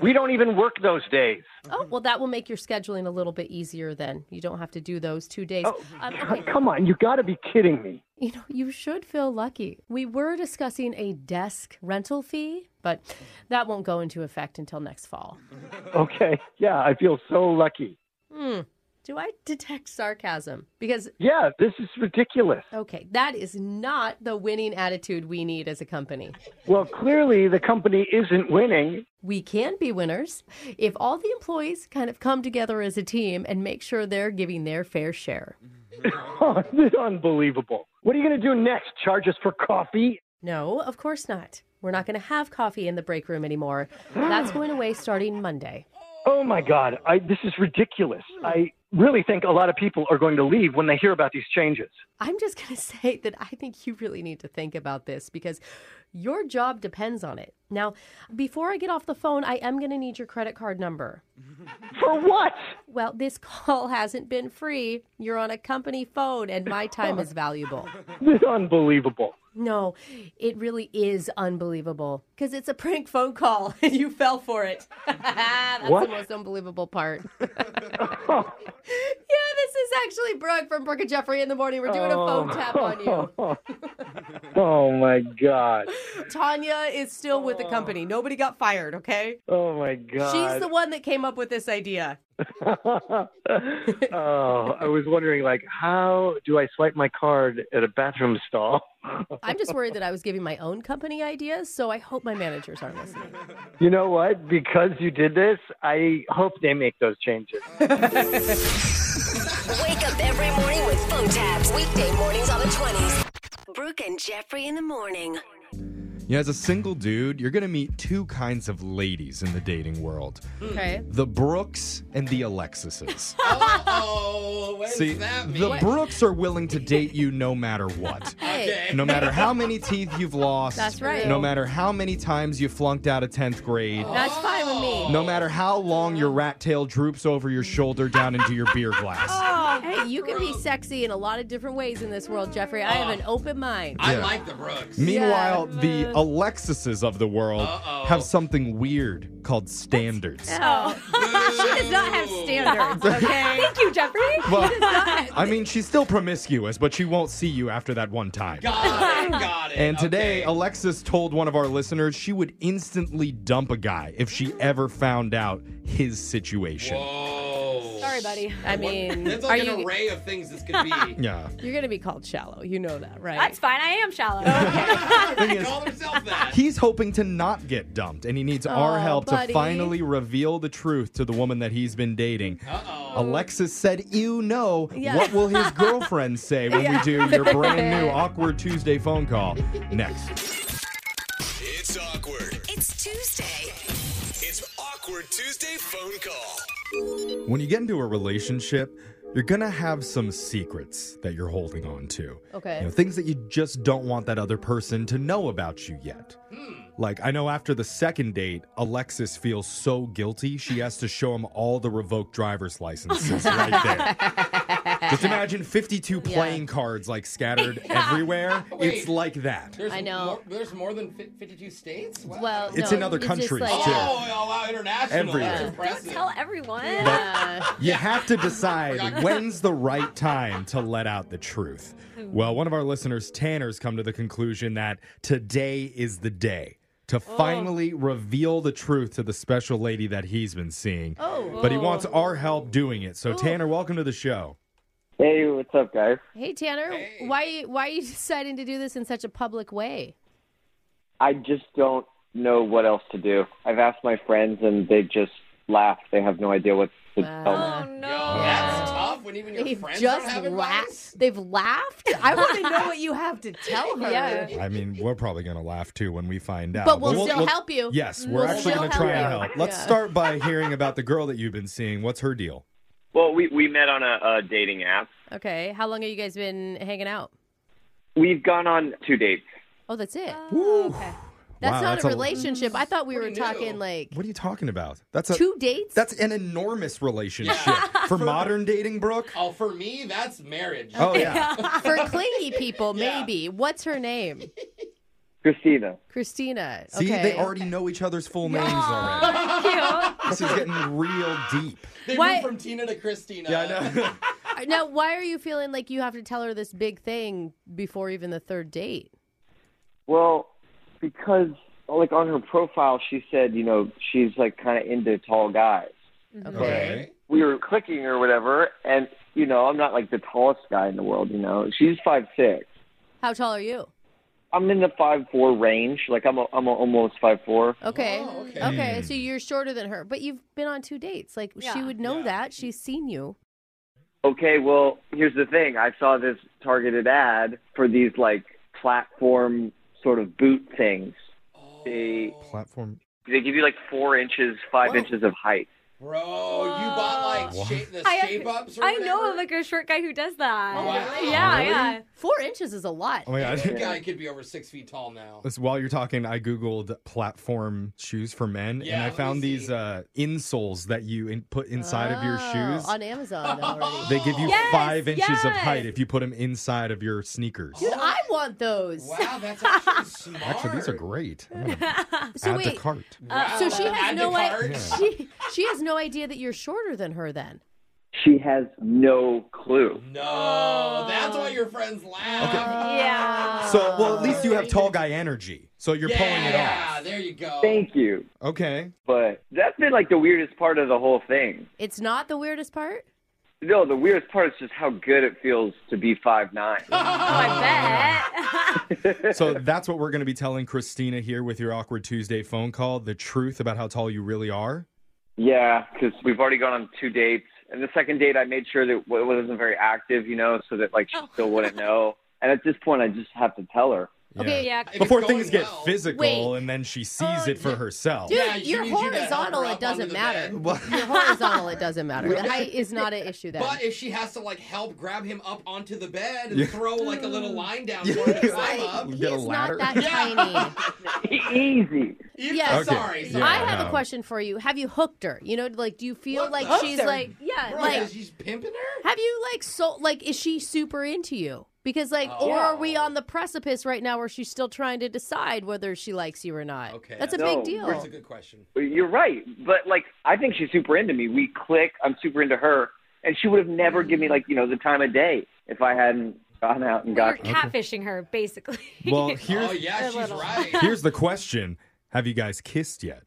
S13: We don't even work those days.
S2: Oh, well, that will make your scheduling a little bit easier then. You don't have to do those two days. Um, okay.
S13: Come on, you got to be kidding me.
S2: You know, you should feel lucky. We were discussing a desk rental fee, but that won't go into effect until next fall.
S13: Okay, yeah, I feel so lucky.
S2: Do I detect sarcasm? Because,
S13: Yeah, this is ridiculous.
S2: okay, that is not the winning attitude we need as a company.
S13: Well, clearly the company isn't winning.
S2: We can be winners if all the employees kind of come together as a team and make sure they're giving their fair share.
S13: Oh, this is unbelievable. What are you going to do next? Charge us for coffee?
S2: No, of course not. We're not going to have coffee in the break room anymore. That's going away starting Monday.
S13: Oh my God, I, this is ridiculous. I really think a lot of people are going to leave when they hear about these changes.
S2: I'm just going to say that I think you really need to think about this because your job depends on it. Now, before I get off the phone, I am going to need your credit card number.
S13: For what?
S2: Well, this call hasn't been free. You're on a company phone, and my time is valuable.
S13: This is unbelievable.
S2: No, it really is unbelievable because it's a prank phone call and you fell for it. That's
S11: What?
S2: the most unbelievable part. yeah, this is actually Brooke from Brooke and Jeffrey in the morning. We're doing a phone tap on you.
S14: oh my god.
S2: Tanya is still with the company. Nobody got fired, okay?
S14: Oh my god.
S2: She's the one that came up with this idea.
S14: oh, I was wondering, like, how do I swipe my card at a bathroom stall?
S2: I'm just worried that I was giving my own company ideas, so I hope my managers aren't listening.
S14: You know what? Because you did this, I hope they make those changes.
S6: Wake up every morning with phone tabs. Weekday mornings on the 20s. Brooke and Jeffrey in the morning.
S1: Yeah, as a single dude, you're going to meet two kinds of ladies in the dating world
S2: Okay.
S1: the Brooks and the Alexises.
S4: Oh, what does
S1: See,
S4: that mean?
S1: the Brooks are willing to date you no matter what.
S4: Okay.
S1: No matter how many teeth you've lost.
S2: That's right. Oh.
S1: No matter how many times you flunked out of 10th grade.
S2: That's fine with me.
S1: No matter how long your rat tail droops over your shoulder down into your beer glass.
S2: Oh, hey, you can be sexy in a lot of different ways in this world, Jeffrey. I have an open mind.
S1: I Yeah. like
S4: the Brooks.
S1: Meanwhile, the Alexises of the world have something weird called standards.
S2: Oh. she does not have standards, okay?
S3: Thank you, Jeffrey.
S1: Well, I mean, she's still promiscuous, but she won't see you after that one time.
S4: Got it. Ah, Got it.
S1: And today, Alexis told one of our listeners she would instantly dump a guy if she ever found out his situation.
S4: Whoa.
S2: Sorry, buddy. I mean,
S4: There's
S2: are
S4: like an
S2: you-
S4: array of things this could be.
S1: Yeah.
S2: You're going to be called shallow. You know that, right?
S3: That's fine. I am shallow.
S1: Thing is, he's hoping to not get dumped, and he needs our
S3: Oh,
S1: help
S3: buddy.
S1: to finally reveal the truth to the woman that he's been dating. Uh-oh. Alexis said, "You know
S2: Yeah.
S1: what will his girlfriend say when
S2: Yeah.
S1: we do your brand new awkward Tuesday phone call next?"
S15: It's awkward.
S6: It's Tuesday.
S15: It's awkward Tuesday phone call.
S1: When you get into a relationship, you're gonna have some secrets that you're holding on to.
S2: Okay.
S1: You know, things that you just don't want that other person to know about you yet. Like, I know after the second date, Alexis feels so guilty, she has to show him all the revoked driver's licenses right there. just imagine 52
S4: Yeah.
S1: playing cards like scattered
S4: Yeah.
S1: everywhere.
S4: Wait.
S1: It's like that.
S4: There's
S2: I know.
S4: More, there's more than fi- 52 states? Wow.
S2: Well,
S1: It's
S2: no,
S1: in other
S2: it's just
S1: countries,
S2: like-
S1: too.
S4: Oh, oh, wow, international. That's
S1: Everywhere.
S4: impressive.
S3: Tell everyone.
S2: uh,
S1: You have to decide when's the right time to let out the truth. Well, one of our listeners, Tanner's, come to the conclusion that today is the day
S2: Oh.
S1: to finally reveal the truth to the special lady that he's been seeing.
S2: Oh.
S1: But he wants our help doing it. So, Tanner, welcome to the show.
S13: Hey, what's up, guys?
S2: Hey, Tanner, why, why are you deciding to do this in such a public way?
S13: I just don't know what else to do. I've asked my friends, and they just laugh. They have no idea what to tell me.
S4: That's tough when even your
S2: They've
S4: friends don't
S2: just
S4: have advice.
S2: laughed. They've laughed. I want to know what you have to tell her.
S1: I mean, we're probably going to laugh too when we find out.
S2: But we'll still help you.
S1: Yes, we're
S2: We'll
S1: actually
S2: still
S1: going to try
S2: help
S1: and
S2: you.
S1: help. Let's
S2: Yeah.
S1: start by hearing about the girl that you've been seeing. What's her deal?
S13: Well, we we met on a, a dating app.
S2: Okay, how long have you guys been hanging out?
S13: We've gone on two dates.
S2: Oh, that's it.
S1: okay.
S2: That's
S1: Wow,
S2: not
S1: that's
S2: a
S1: a-
S2: relationship. I thought we were talking like
S1: What are you talking about? That's a,
S2: two dates.
S1: That's an enormous relationship for modern dating, Brooke.
S4: Oh, for me, that's marriage.
S1: Oh, yeah.
S2: For clingy people, maybe. What's her name?
S13: Christina.
S2: Christina.
S1: See,
S2: okay.
S1: they already know each other's full names already. This is getting real deep.
S4: They
S2: Why-
S4: moved from Tina to Christina.
S1: Yeah, I know.
S2: Uh, Now, why are you feeling like you have to tell her this big thing before even the third date?
S13: Well, because like on her profile, she said you know she's like kind of into tall guys.
S4: Mm-hmm.
S1: Okay.
S13: We were clicking or whatever, and you know I'm not like the tallest guy in the world. You know, she's five six.
S2: How tall are you?
S13: I'm in the five four range. Like I'm a, I'm a almost five four.
S2: Okay.
S4: Oh, okay. Hmm.
S2: Okay, so you're shorter than her, but you've been on two dates. Like she would know that. She's seen you.
S13: Okay, well here's the thing. I saw this targeted ad for these like platform sort of boot things. They
S1: Platform.
S13: they give you like four inches, five inches of height.
S4: Bro, you bought like
S1: What?
S4: shape, the
S3: I-
S4: shape ups or
S3: I know of
S4: whatever?
S3: like a short guy who does that.
S4: Wow.
S3: Yeah,
S1: Really?
S3: yeah.
S2: Four inches is a lot.
S1: Oh my God.
S4: That guy could be over six feet tall now.
S1: Listen, while you're talking, I googled platform shoes for men,
S4: Yeah,
S1: and I
S4: let me
S1: found these uh, insoles that you in- put inside of your
S2: Oh,
S1: shoes.
S2: on Amazon already.
S1: They give you
S2: Yes,
S1: five inches of height
S2: yes.
S1: if you put them inside of your sneakers.
S2: Dude, I want those.
S4: Oh, Wow, that's actually smart.
S1: Actually, these are great. I'm gonna add
S2: So
S1: to
S2: wait,
S1: cart.
S2: uh, so she has
S4: Add
S2: no
S4: to
S2: idea.
S4: cart.
S2: She, she has no idea that you're shorter than her. Then
S13: She has no clue.
S4: No, that's why your friends laugh.
S3: Yeah.
S1: So, well, at least you have tall guy energy, so you're pulling it off.
S4: Yeah, there you go.
S13: Thank you.
S1: Okay.
S13: But that's been like the weirdest part of the whole thing.
S2: it's not the weirdest part.
S13: No, the weirdest part is just how good it feels to be five nine.
S1: So that's what we're going to be telling Christina here with your awkward Tuesday phone call: the truth about how tall you really are.
S13: Yeah, because we've already gone on two dates, and the second date I made sure that it wasn't very active, you know, so that like she
S2: Oh.
S13: still wouldn't know. And at this point, I just have to tell her.
S2: Okay, yeah.
S1: Before things get physical,
S2: Wait.
S1: and then she sees it for herself.
S2: Dude,
S4: Yeah, she
S2: you're
S4: needs you to
S2: horizontal.
S4: help her
S2: It
S4: up onto
S2: doesn't
S4: the
S2: matter.
S1: What?
S2: You're horizontal. It doesn't matter. The height is not an issue then.
S4: But if she has to like help grab him up onto the bed and
S1: Yeah.
S4: throw like a little line down for him to climb up,
S1: Get a
S2: He's not
S1: ladder.
S2: that tiny.
S13: Easy.
S2: Yes.
S1: Okay.
S4: Sorry,
S1: Yeah,
S4: sorry.
S2: I have
S1: no.
S2: a question for you. Have you hooked her? You know, like, do you feel
S4: What?
S2: like
S4: Hooked
S2: she's
S4: her?
S2: like, yeah,
S4: Bro,
S2: like,
S4: she's pimping her.
S2: have you like so like is she super into you? Because like, or are we on the precipice right now where she's still trying to decide whether she likes you or not?
S4: Okay,
S2: that's a
S13: No,
S2: big deal.
S4: That's a good question.
S13: You're right, but like I think she's super into me. We click. I'm super into her, and she would have never given me like you know the time of day if I hadn't gone out and
S3: You're
S13: got.
S3: catfishing her, basically.
S1: Well, here's
S4: Oh yeah, she's right.
S1: here's the question: Have you guys kissed yet?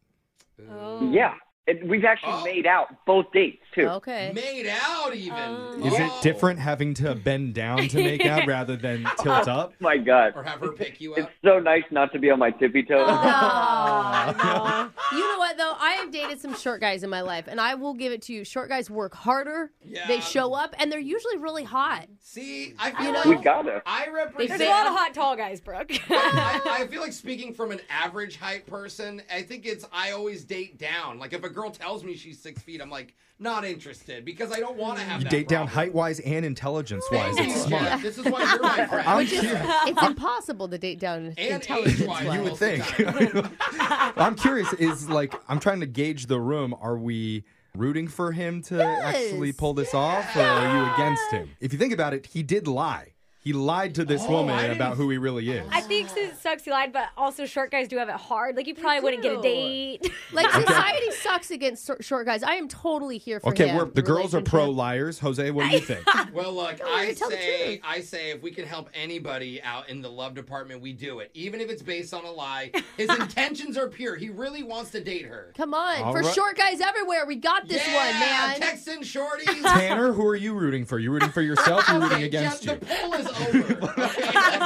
S13: Yeah, and we've actually made out both dates too.
S2: okay.
S4: Oh, Made out even.
S2: Um,
S1: Is it
S4: Oh.
S1: different having to bend down to make out rather than tilt up?
S13: My God,
S4: Or have her pick you
S13: it's
S4: up?
S13: so nice not to be on my tippy toes.
S11: Oh
S2: You know what though? I have dated some short guys in my life, and I will give it to you. Short guys work harder.
S4: Yeah.
S2: They show up, and they're usually really hot.
S4: See, I feel
S13: we
S4: like
S13: gotta.
S4: I
S3: There's
S4: represent.
S3: a lot of hot tall guys, Brooke.
S4: I, I feel like speaking from an average height person, I think it's I always date down. Like if a girl tells me she's six feet, I'm like not interested because I don't want to have
S1: You
S4: that
S1: date down
S4: problem.
S1: height wise and intelligence wise.
S4: Thank
S1: It's
S4: you,
S1: smart.
S4: Jeff. This is why you're my friend.
S1: I'm curious.
S2: It's impossible to date down
S4: And
S2: intelligence.
S4: age-wise,
S1: You would
S4: most of the
S1: think.
S4: time.
S1: I'm curious. Is like I'm trying to gauge the room. Are we rooting for him to actually pull this off, or are you against him? If you think about it, he did lie. He lied to this
S4: Oh, I
S1: woman
S4: didn't-
S1: about who he really is.
S3: I think it sucks you lied, but also short guys do have it hard. Like you probably wouldn't get a
S2: do.
S3: date.
S2: Like society sucks against sor- short guys. I am totally here for
S1: Okay,
S2: him.
S1: we're, the girls are pro
S2: Relationship.
S1: liars. Jose, what do you think?
S4: Well, look,
S2: on,
S4: I
S2: tell the
S4: say,
S2: truth.
S4: I say, if we can help anybody out in the love department, we do it, even if it's based on a lie. His intentions are pure. He really wants to date her.
S2: Come on,
S1: All
S2: for
S1: right.
S2: short guys everywhere, we got this
S4: yeah,
S2: one, man.
S4: Text in shorties.
S1: Tanner, who are you rooting for? You rooting for yourself? or You rooting
S4: Okay,
S1: against
S4: Jeff,
S1: you?
S4: the poll is over. Okay.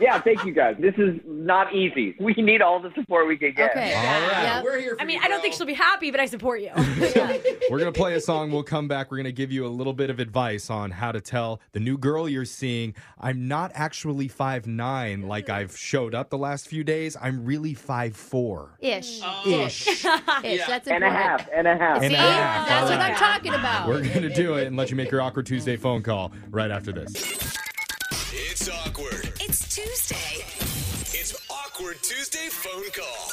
S13: Yeah, thank you guys. This is not easy. We need all the support we can get.
S2: Okay.
S4: Yeah,
S2: Yep.
S4: We're here for
S3: I mean,
S4: you,
S3: I don't think
S4: bro.
S3: she'll be happy, but I support you.
S1: We're going to play a song. We'll come back. We're going to give you a little bit of advice on how to tell the new girl you're seeing, I'm not actually five nine like I've showed up the last few days. I'm really five four
S2: Ish,
S1: Ish.
S2: ish.
S4: Oh, yeah.
S2: That's
S13: And a
S2: important.
S13: half, and a half.
S2: See,
S1: And a half.
S2: that's
S1: All
S2: what I'm
S1: right.
S2: talking about.
S1: We're going to do it and let you make your awkward Tuesday phone call right after this.
S15: It's awkward.
S6: It's Tuesday.
S15: It's awkward Tuesday phone call.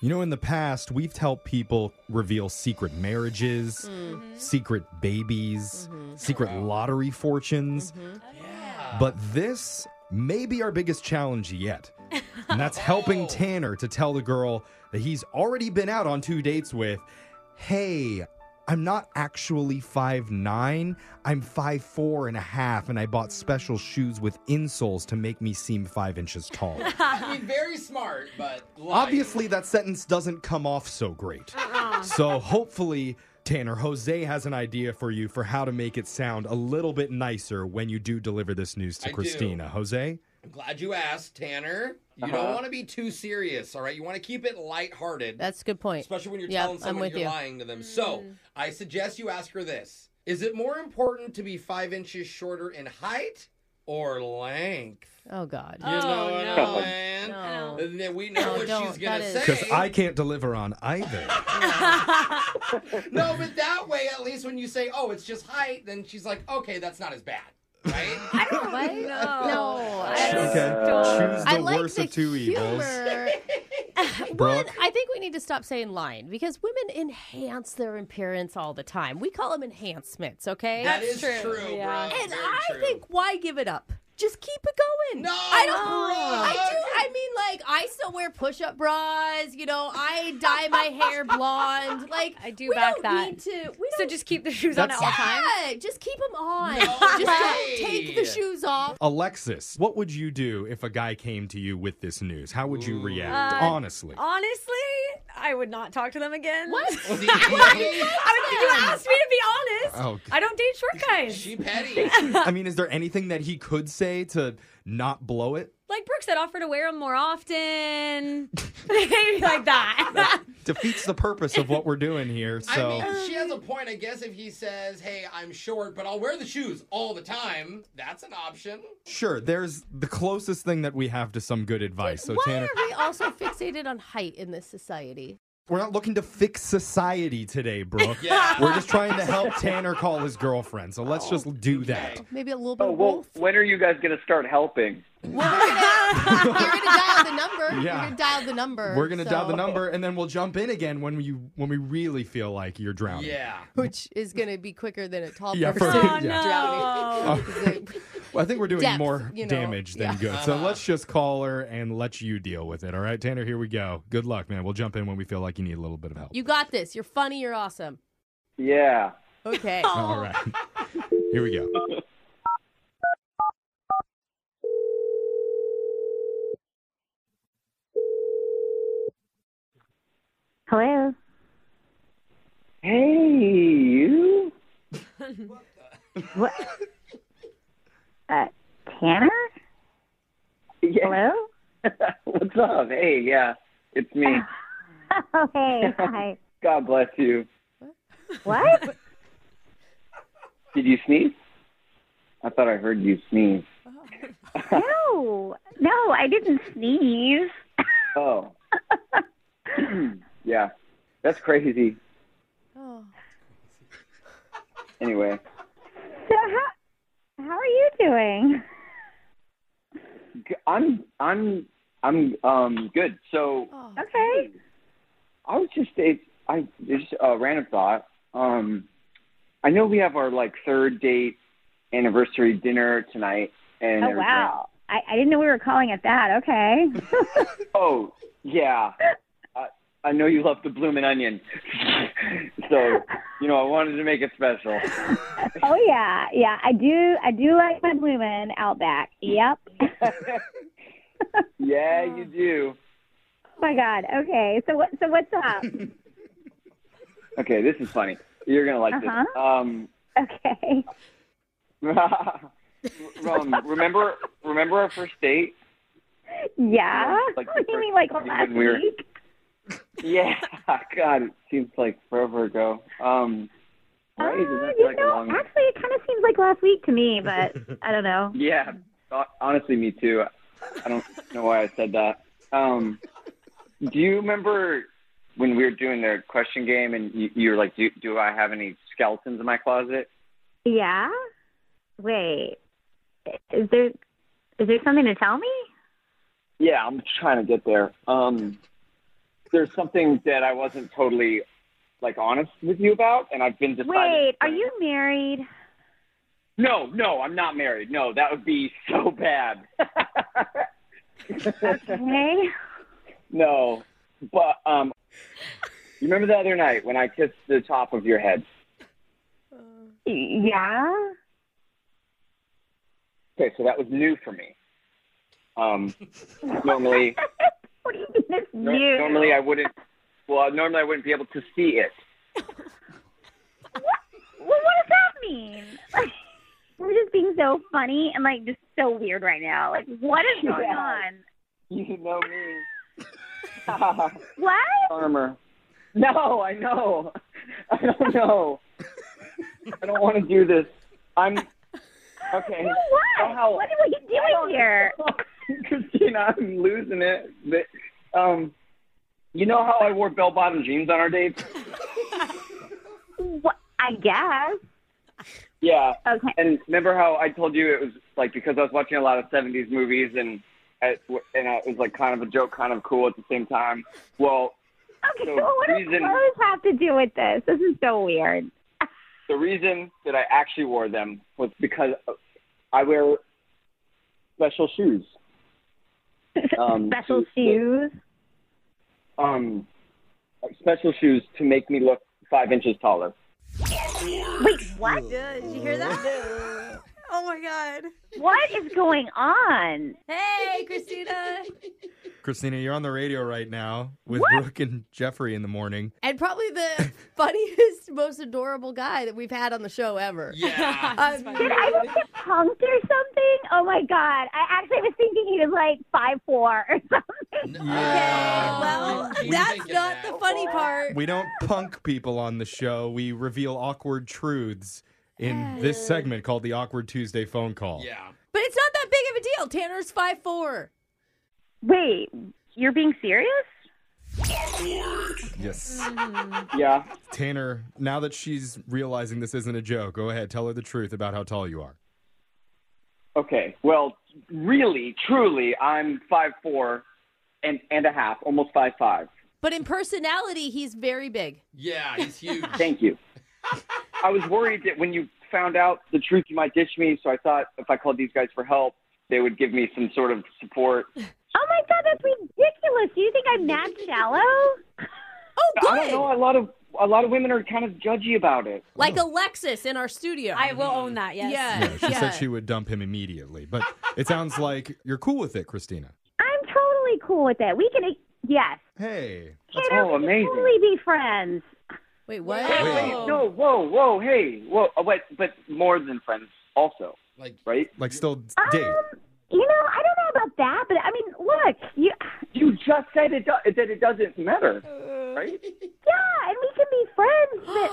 S1: You know, in the past, we've helped people reveal secret marriages,
S6: Mm.
S1: secret babies, secret lottery fortunes. But this may be our biggest challenge yet. And that's helping Tanner to tell the girl that he's already been out on two dates with, hey, I'm not actually 5'9, I'm 5'4 and a half, and I bought special shoes with insoles to make me seem five inches tall.
S4: I mean, very smart, but lying.
S1: Obviously, that sentence doesn't come off so great.
S2: Uh-uh.
S1: So hopefully, Tanner, Jose has an idea for you for how to make it sound a little bit nicer when you do deliver this news to
S4: I do.
S1: Christina. Jose?
S4: I'm glad you asked, Tanner. You
S1: Uh-huh.
S4: don't want to be too serious, all right? You want to keep it lighthearted.
S2: That's a good point.
S4: Especially when you're
S2: Yep,
S4: telling
S2: I'm
S4: someone
S2: with
S4: you're
S2: you.
S4: lying to them. So I suggest you ask her this Is it more important to be five inches shorter in height or length.
S2: Oh God.
S4: You know what
S2: no.
S4: I'm saying? And then we know
S2: No,
S4: what she's
S2: don't.
S4: gonna
S2: That
S4: say.
S2: is-
S1: Because I can't deliver on either.
S4: no, but that way, at least when you say, "Oh, it's just height," then she's like, "Okay, that's not as bad."
S2: I don't know. No. I don't-
S1: Okay. Choose the
S2: I like
S1: worst
S2: the
S1: of two evils.
S2: One,
S1: Brooke?
S2: I think we need to stop saying line because women enhance their appearance all the time. We call them enhancements, okay?
S4: That That's is true, true, yeah. Brooke.
S2: And
S4: Very
S2: I
S4: true.
S2: think why give it up? Just keep it going.
S4: No,
S2: I don't. I
S4: Brooke.
S2: do. I mean, like, I still wear push-up bras. You know, I dye my hair blonde. Like, I do we
S3: back
S2: don't
S3: that.
S2: Need to, we
S3: So
S2: don't-
S3: just keep the shoes on at all times?
S2: Yeah, just keep them on.
S3: No
S2: just
S3: way.
S2: don't take the shoes off.
S1: Alexis, what would you do if a guy came to you with this news? How would you react?
S3: Uh,
S1: Honestly.
S3: Honestly, I would not talk to them again. What? I would,
S2: you
S3: asked me to be honest.
S1: Oh,
S3: I don't date short guys. she
S4: petty.
S1: I mean, is there anything that he could say to not blow it?
S3: like Brooke said, offer to wear them more often. Maybe like that.
S1: Defeats the purpose of what we're doing here. So
S4: I mean, she has a point. I guess if he says, "Hey, I'm short, but I'll wear the shoes all the time," that's an option.
S1: sure, there's the closest thing that we have to some good advice. So
S2: Why
S1: Tanner,
S2: are we also fixated on height in this society?
S1: we're not looking to fix society today, Brooke.
S2: Yeah.
S1: We're just trying to help Tanner call his girlfriend. So let's just do that.
S2: Maybe a little bit
S13: Oh
S2: of
S13: well, when are you guys gonna start helping?
S2: You're gonna dial the number.
S1: Yeah.
S2: You're gonna dial the number.
S1: We're gonna
S2: so-
S1: dial the number, and then we'll jump in again when you when we really feel like you're drowning.
S4: Yeah.
S2: Which is gonna be quicker than a tall
S1: Yeah, for-
S2: person
S1: Oh, yeah.
S2: drowning.
S1: Well, I think we're doing
S2: Depth,
S1: more
S2: you know,
S1: damage than
S2: yeah.
S1: good. So let's just call her and let you deal with it. All right, Tanner, here we go. Good luck, man. We'll jump in when we feel like you need a little bit of help.
S2: You got this. You're funny. You're awesome.
S13: Yeah.
S2: Okay.
S1: All right. Here we go.
S11: Hello.
S13: Hey, you.
S11: What? Uh, Tanner? Oh,
S13: Yeah. Hello. What's up? Hey, yeah, it's me.
S11: Oh, hey. Hi.
S13: God bless you.
S11: What?
S13: Did you sneeze? I thought I heard you sneeze.
S11: No. No, I didn't sneeze.
S13: Oh. yeah. That's crazy.
S2: Oh.
S13: Anyway,
S11: So how how are you doing?
S13: g- I'm I'm I'm um good. So
S3: Oh,
S11: Okay.
S13: I was just it, I just a random thought. Um, I know we have our like third date anniversary dinner tonight, and
S11: Oh
S13: everything.
S11: wow. I, I didn't know we were calling it that. Okay.
S13: Oh yeah, I, I know you love the bloomin' onion, so you know I wanted to make it special.
S11: oh yeah, yeah. I do I do like my bloomin' out back. Yep.
S13: Yeah, you do.
S11: Oh my god. Okay. So what so what's up?
S13: Okay, this is funny. You're gonna like this.
S11: Uh-huh.
S13: Um,
S11: Okay.
S13: um, remember, remember our first date?
S11: Yeah.
S13: Like the
S11: what do you
S13: first
S11: mean like
S13: meeting
S11: last
S13: when we were-
S11: week?
S13: Yeah, God, it seems like forever ago. Um, right? Doesn't
S11: Uh,
S13: that feel
S11: you
S13: like a
S11: know,
S13: long-
S11: actually it kinda seems like last week to me, but I don't know.
S13: Yeah, ho- honestly, me too. I don't know why I said that. Um, do you remember when we were doing the question game and you, you were like, do, do I have any skeletons in my closet?
S11: Yeah? Wait. Is there is there something to tell me?
S13: Yeah, I'm trying to get there. Um, there's something that I wasn't totally like honest with you about, and I've been deciding.
S11: Wait, are you married?
S13: No, no, I'm not married. No, that would be so bad.
S11: okay.
S13: No, but um, you remember the other night when I kissed the top of your head?
S11: Yeah.
S13: Okay, so that was new for me. Um, normally, nor-
S11: new?
S13: normally I wouldn't. Well, normally I wouldn't be able to see it.
S11: Well, what does that mean? Like, we're just being so funny and like just so weird right now. Like, what is going
S13: Yeah.
S11: on?
S13: You know me.
S11: What?
S13: Farmer. No, I know. I don't know. I don't want to do this. I'm Okay.
S11: What?
S13: Somehow-
S11: What are you doing here?
S13: Christina, I'm losing it. But, um, you know how I wore bell-bottom jeans on our date?
S11: What? I guess.
S13: Yeah.
S11: Okay.
S13: And remember how I told you it was like because I was watching a lot of '70s movies and I, and I, it was like kind of a joke, kind of cool at the same time. Well,
S11: Okay,
S13: So
S11: so what do
S13: reason-
S11: clothes have to do with this? This is so weird.
S13: the reason that I actually wore them was because I wear special shoes. Um,
S11: Special shoes.
S13: Um, special shoes to make me look five inches taller.
S11: Wait, what?
S2: Did you hear that? oh my god.
S11: What is going on?
S2: Hey, Christina.
S1: Christina, you're on the radio right now with Brooke and Jeffrey in the morning.
S2: And probably the funniest, most adorable guy that we've had on the show ever.
S1: Yeah.
S2: Um,
S11: Did I just get punked or something? Oh my god! I actually was thinking he was like five four or something.
S2: well,
S1: We-
S2: that's not the funny part.
S1: We don't punk people on the show. We reveal awkward truths in this segment called the Awkward Tuesday phone call.
S4: Yeah.
S2: But it's not that big of a deal. Tanner's five four.
S11: Wait, you're being serious?
S1: Yes.
S13: Yeah.
S1: Tanner, now that she's realizing this isn't a joke, go ahead, tell her the truth about how tall you are.
S13: Okay. Well, really, truly, I'm five four and and a half, almost five five.
S2: But in personality, he's very big.
S4: Yeah, he's huge.
S13: Thank you. I was worried that when you found out the truth, you might ditch me. So I thought if I called these guys for help, they would give me some sort of support.
S11: Oh my god, that's ridiculous! Do you think I'm that shallow?
S2: Oh,
S13: I don't know. A lot of a lot of women are kind of judgy about it.
S2: Like Alexis in our studio. I will own that, yes. Yeah.
S1: Yeah, she said she would dump him immediately, but it sounds like you're cool with it, Christina.
S11: I'm totally cool with it. We can, e, yes.
S1: Hey.
S11: Tanner, we can totally be friends.
S2: Wait, what?
S13: Wait, wait, no, whoa, whoa, hey, whoa, uh, wait, but more than friends, also,
S4: like,
S13: right?
S1: Like, still date.
S11: Um, You know, I don't know about that, but I mean, look, you.
S13: You just said it do- that it doesn't matter, right?
S11: Yeah, and we can be friends, but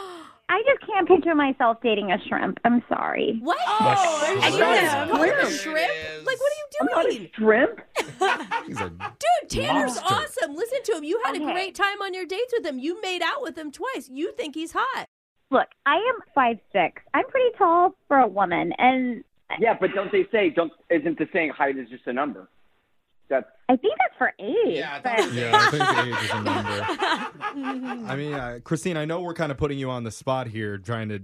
S11: I just can't picture myself dating a shrimp. I'm sorry.
S2: What?
S11: Oh,
S2: there's
S11: I
S2: you
S11: thought
S2: guys
S11: it was
S2: call him a
S11: weird.
S2: shrimp? Like, what are you doing?
S13: Shrimp?
S2: Dude, Tanner's
S11: monster.
S2: awesome. Listen to him. You had
S11: Okay.
S2: a great time on your dates with him. You made out with him twice. You think he's hot.
S11: Look, I am five six. I'm pretty tall for a woman, and
S13: Yeah, but don't they say don't? Isn't the saying height is just a number? That's
S11: I think that's for age. but
S1: Yeah, I think age is a number. I mean, uh, Christine, I know we're kind of putting you on the spot here, trying to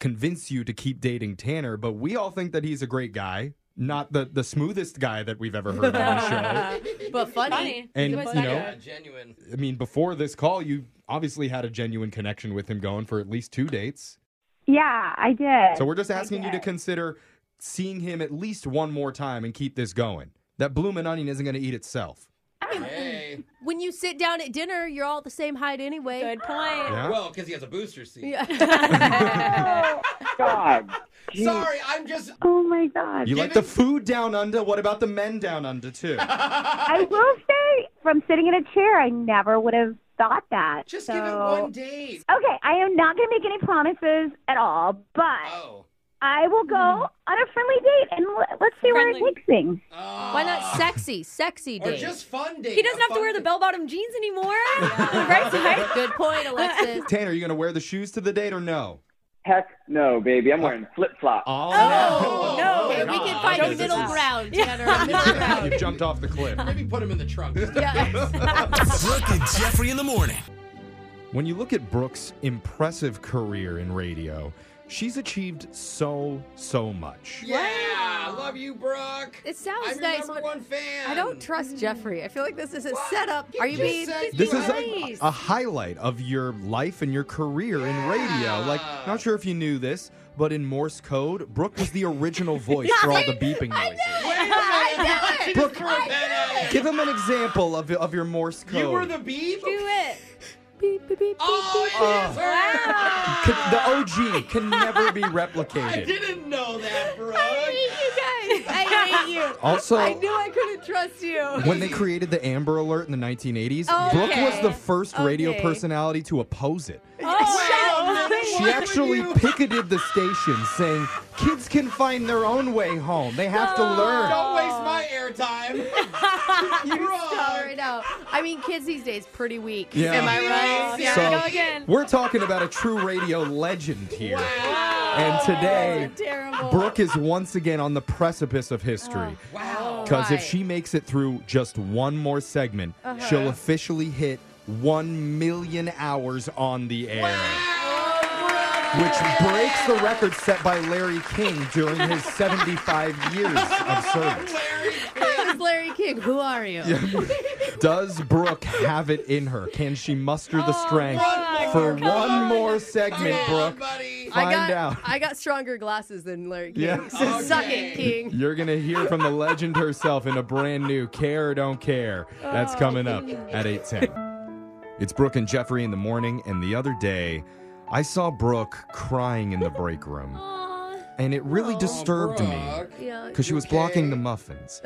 S1: convince you to keep dating Tanner, but we all think that he's a great guy, not the, the smoothest guy that we've ever heard on the show.
S2: but funny.
S1: And,
S2: He was
S1: you
S2: funny.
S1: know,
S4: genuine.
S1: I mean, before this call, you obviously had a genuine connection with him going for at least two dates.
S11: yeah, I did.
S1: So we're just asking you to consider seeing him at least one more time and keep this going. That bloomin' onion isn't going to eat itself.
S2: When you sit down at dinner, you're all the same height anyway. Good point.
S1: Yeah.
S4: Well, because he has a booster seat.
S13: God.
S4: Sorry, I'm just.
S11: Oh my god.
S1: You like the food down under? What about the men down under, too?
S11: I will say, from sitting in a chair, I never would have thought that.
S4: Just
S11: so... uh,
S4: give it one date.
S11: Okay, I am not going to make any promises at all, but
S4: Oh.
S11: I will go on a friendly date and l- let's see where it takes things.
S2: Why not sexy? Sexy
S4: Or
S2: date.
S4: just fun date.
S16: He doesn't have to wear the bell bottom jeans anymore. Right, right?
S2: Good point, Alexis.
S1: Tanner, you going to wear the shoes to the date or no?
S13: Heck no, baby. I'm wearing flip flops.
S1: Oh,
S2: Oh, no. Okay, we can find a middle ground, Tanner. A middle ground.
S4: Oh.
S1: You jumped off the cliff.
S4: Maybe put him in the trunk.
S8: Brooke and Jeffrey in the morning.
S1: When you look at Brooke's impressive career in radio, she's achieved so, so much.
S4: Yeah, I love you, Brooke.
S2: It sounds
S4: I'm your
S2: nice.
S4: number
S2: but
S4: one fan.
S2: I don't trust Jeffrey. I feel like this is a setup. Are you
S4: just
S2: being
S4: said
S1: This is a, a highlight of your life and your career in radio. Like, not sure if you knew this, but in Morse code, Brooke was the original voice for all the beeping noises.
S4: I
S1: Brooke, give him an example of, of your Morse code.
S4: You were the beep? Do
S2: it.
S4: Beep, beep, beep, oh, it
S1: Oh.
S4: is her.
S1: Can- the OG can never be replicated.
S4: I didn't know that, Brooke.
S2: I hate you guys. I hate you.
S1: Also-
S2: I knew I couldn't trust you.
S1: When they created the Amber Alert in the 1980s,
S2: Oh, Okay.
S1: Brooke was the first radio
S2: Okay.
S1: personality to oppose it.
S2: Oh, shut up.
S1: She actually picketed the station saying, kids can find their own way home. They have to learn.
S4: Don't waste my airtime.
S2: You're right out. I mean, kids these days pretty weak.
S1: Yeah.
S2: Am I right?
S1: So, We're talking about a true radio legend here. And today,
S2: That's a Oh, terrible-
S1: Brooke is once again on the precipice of history.
S2: wow.
S1: Because if she makes it through just one more segment,
S2: Uh-huh.
S1: she'll officially hit 1 million hours on the air. Which breaks the record set by Larry King during his 75 years of service.
S2: It's Larry King. Who are you?
S1: Does Brooke have it in her? Can she muster the strength
S2: Oh, Brooke,
S1: for
S2: come
S1: one
S2: on.
S1: more segment,
S2: Come on,
S1: Brooke?
S2: I
S1: Find
S2: got,
S1: out.
S2: I got stronger glasses than Larry King.
S1: Yeah.
S2: So suck it, King.
S1: You're going to hear from the legend herself in a brand new Care or Don't Care. That's
S2: Oh.
S1: coming up at 8:10. It's Brooke and Jeffrey in the morning and the other day I saw Brooke crying in the break room. And it really disturbed me
S2: Yeah.
S1: cuz she was blocking the muffins.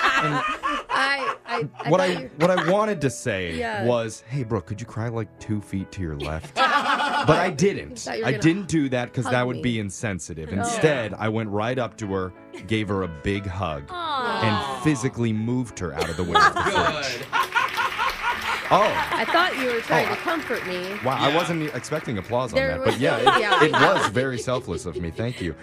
S2: I, I, I
S1: what
S2: thought
S1: I what I wanted to say
S2: Yeah.
S1: was, "Hey Brooke, could you cry like 2 feet to your left?" but I didn't.
S2: Thought you were
S1: I
S2: gonna
S1: didn't do that because
S2: hug
S1: that would
S2: me.
S1: be insensitive.
S2: Oh.
S1: Instead, I went right up to her, gave her a big hug, and physically moved her out of the way. of the fridge. Oh.
S2: I thought you were trying
S1: Oh, I-
S2: to comfort me.
S1: Wow, I wasn't e-, expecting applause on
S2: There
S1: that,
S2: was-
S1: but yeah, it,
S2: yeah.
S1: it was very selfless of me. Thank you.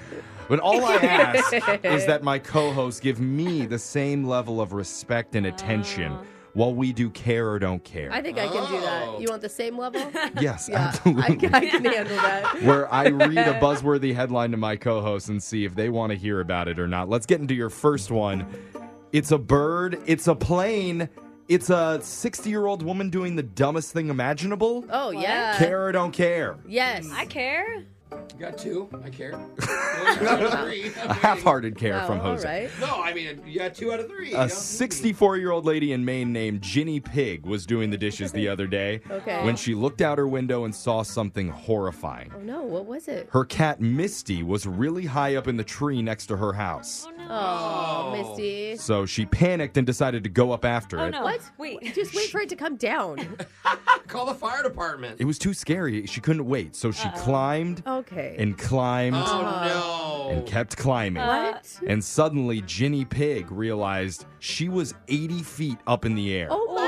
S1: But all I ask is that my co-hosts give me the same level of respect and attention while we do care or don't care.
S2: I think I can do
S1: Oh.
S2: that. You want the same level?
S1: Yes,
S2: Yeah,
S1: absolutely.
S2: I, I can handle that.
S1: where I read a buzzworthy headline to my co hosts and see if they want to hear about it or not. Let's get into your first one. It's a bird, it's a plane, it's a 60 year old woman doing the dumbest thing imaginable.
S2: Oh yeah.
S1: care or don't care.
S2: Yes.
S11: I care.
S4: You got two. I care.
S1: a half hearted care
S2: Oh,
S1: from Jose.
S4: No, I mean, you got two out of three.
S1: A 64 year old lady in Maine named Ginny Pig was doing the dishes the other day
S2: Okay.
S1: when she looked out her window and saw something horrifying.
S2: Oh no, what was it?
S1: Her cat Misty was really high up in the tree next to her house.
S2: Oh, Misty.
S1: So she panicked and decided to go up after it.
S2: What? Wait. Just wait for it to come down.
S4: Call the fire department.
S1: It was too scary. She couldn't wait. So she climbed
S2: Oh. Okay.
S1: and climbed
S4: Oh,
S1: and kept climbing.
S2: What?
S1: And suddenly Ginny Pig realized she was 80 feet up in the air.
S2: Oh my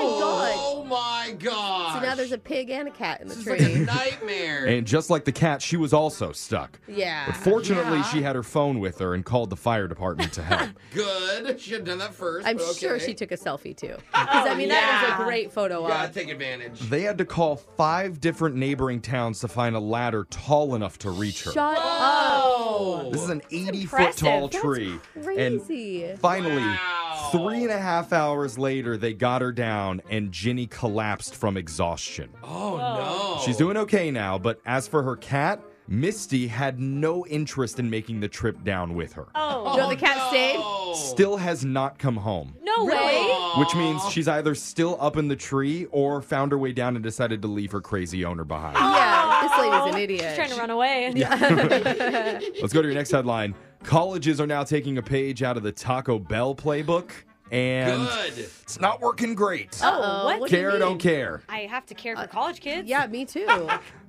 S4: Oh my
S2: god.
S4: god.
S2: So now there's a pig and a cat in the tree.
S4: Nightmare.
S1: And just like the cat, she was also stuck.
S2: yeah.
S1: But fortunately, she had her phone with her and called the fire department to help.
S4: Good. Should have done that first.
S2: I'm
S4: but okay.
S2: sure she took a selfie too. Because I mean that is a great photo
S4: You gotta
S2: op.
S4: take advantage.
S1: they had to call five different neighboring towns to find a ladder tall enough to reach her.
S2: Shut
S4: Oh.
S2: up.
S1: This is an 80 foot
S2: impressive.
S1: tall
S2: That's
S1: tree.
S2: Crazy.
S1: And finally, three and a half hours later, they got her down and Ginny collapsed from exhaustion.
S4: Oh no.
S1: She's doing okay now, but as for her cat, Misty had no interest in making the trip down with her.
S2: Oh, no, the cat stayed.
S4: oh,
S1: Still has not come home.
S2: No way.
S1: Which means she's either still up in the tree or found her way down and decided to leave her crazy owner behind.
S2: Yeah, this lady's an idiot.
S11: She's trying to run away.
S1: Let's go to your next headline. Colleges are now taking a page out of the Taco Bell playbook, and
S4: Good.
S1: it's not working great.
S11: Oh, what? do you
S1: Care or don't
S11: mean?
S1: care.
S11: I have to care for college kids.
S2: Uh, Yeah, me too.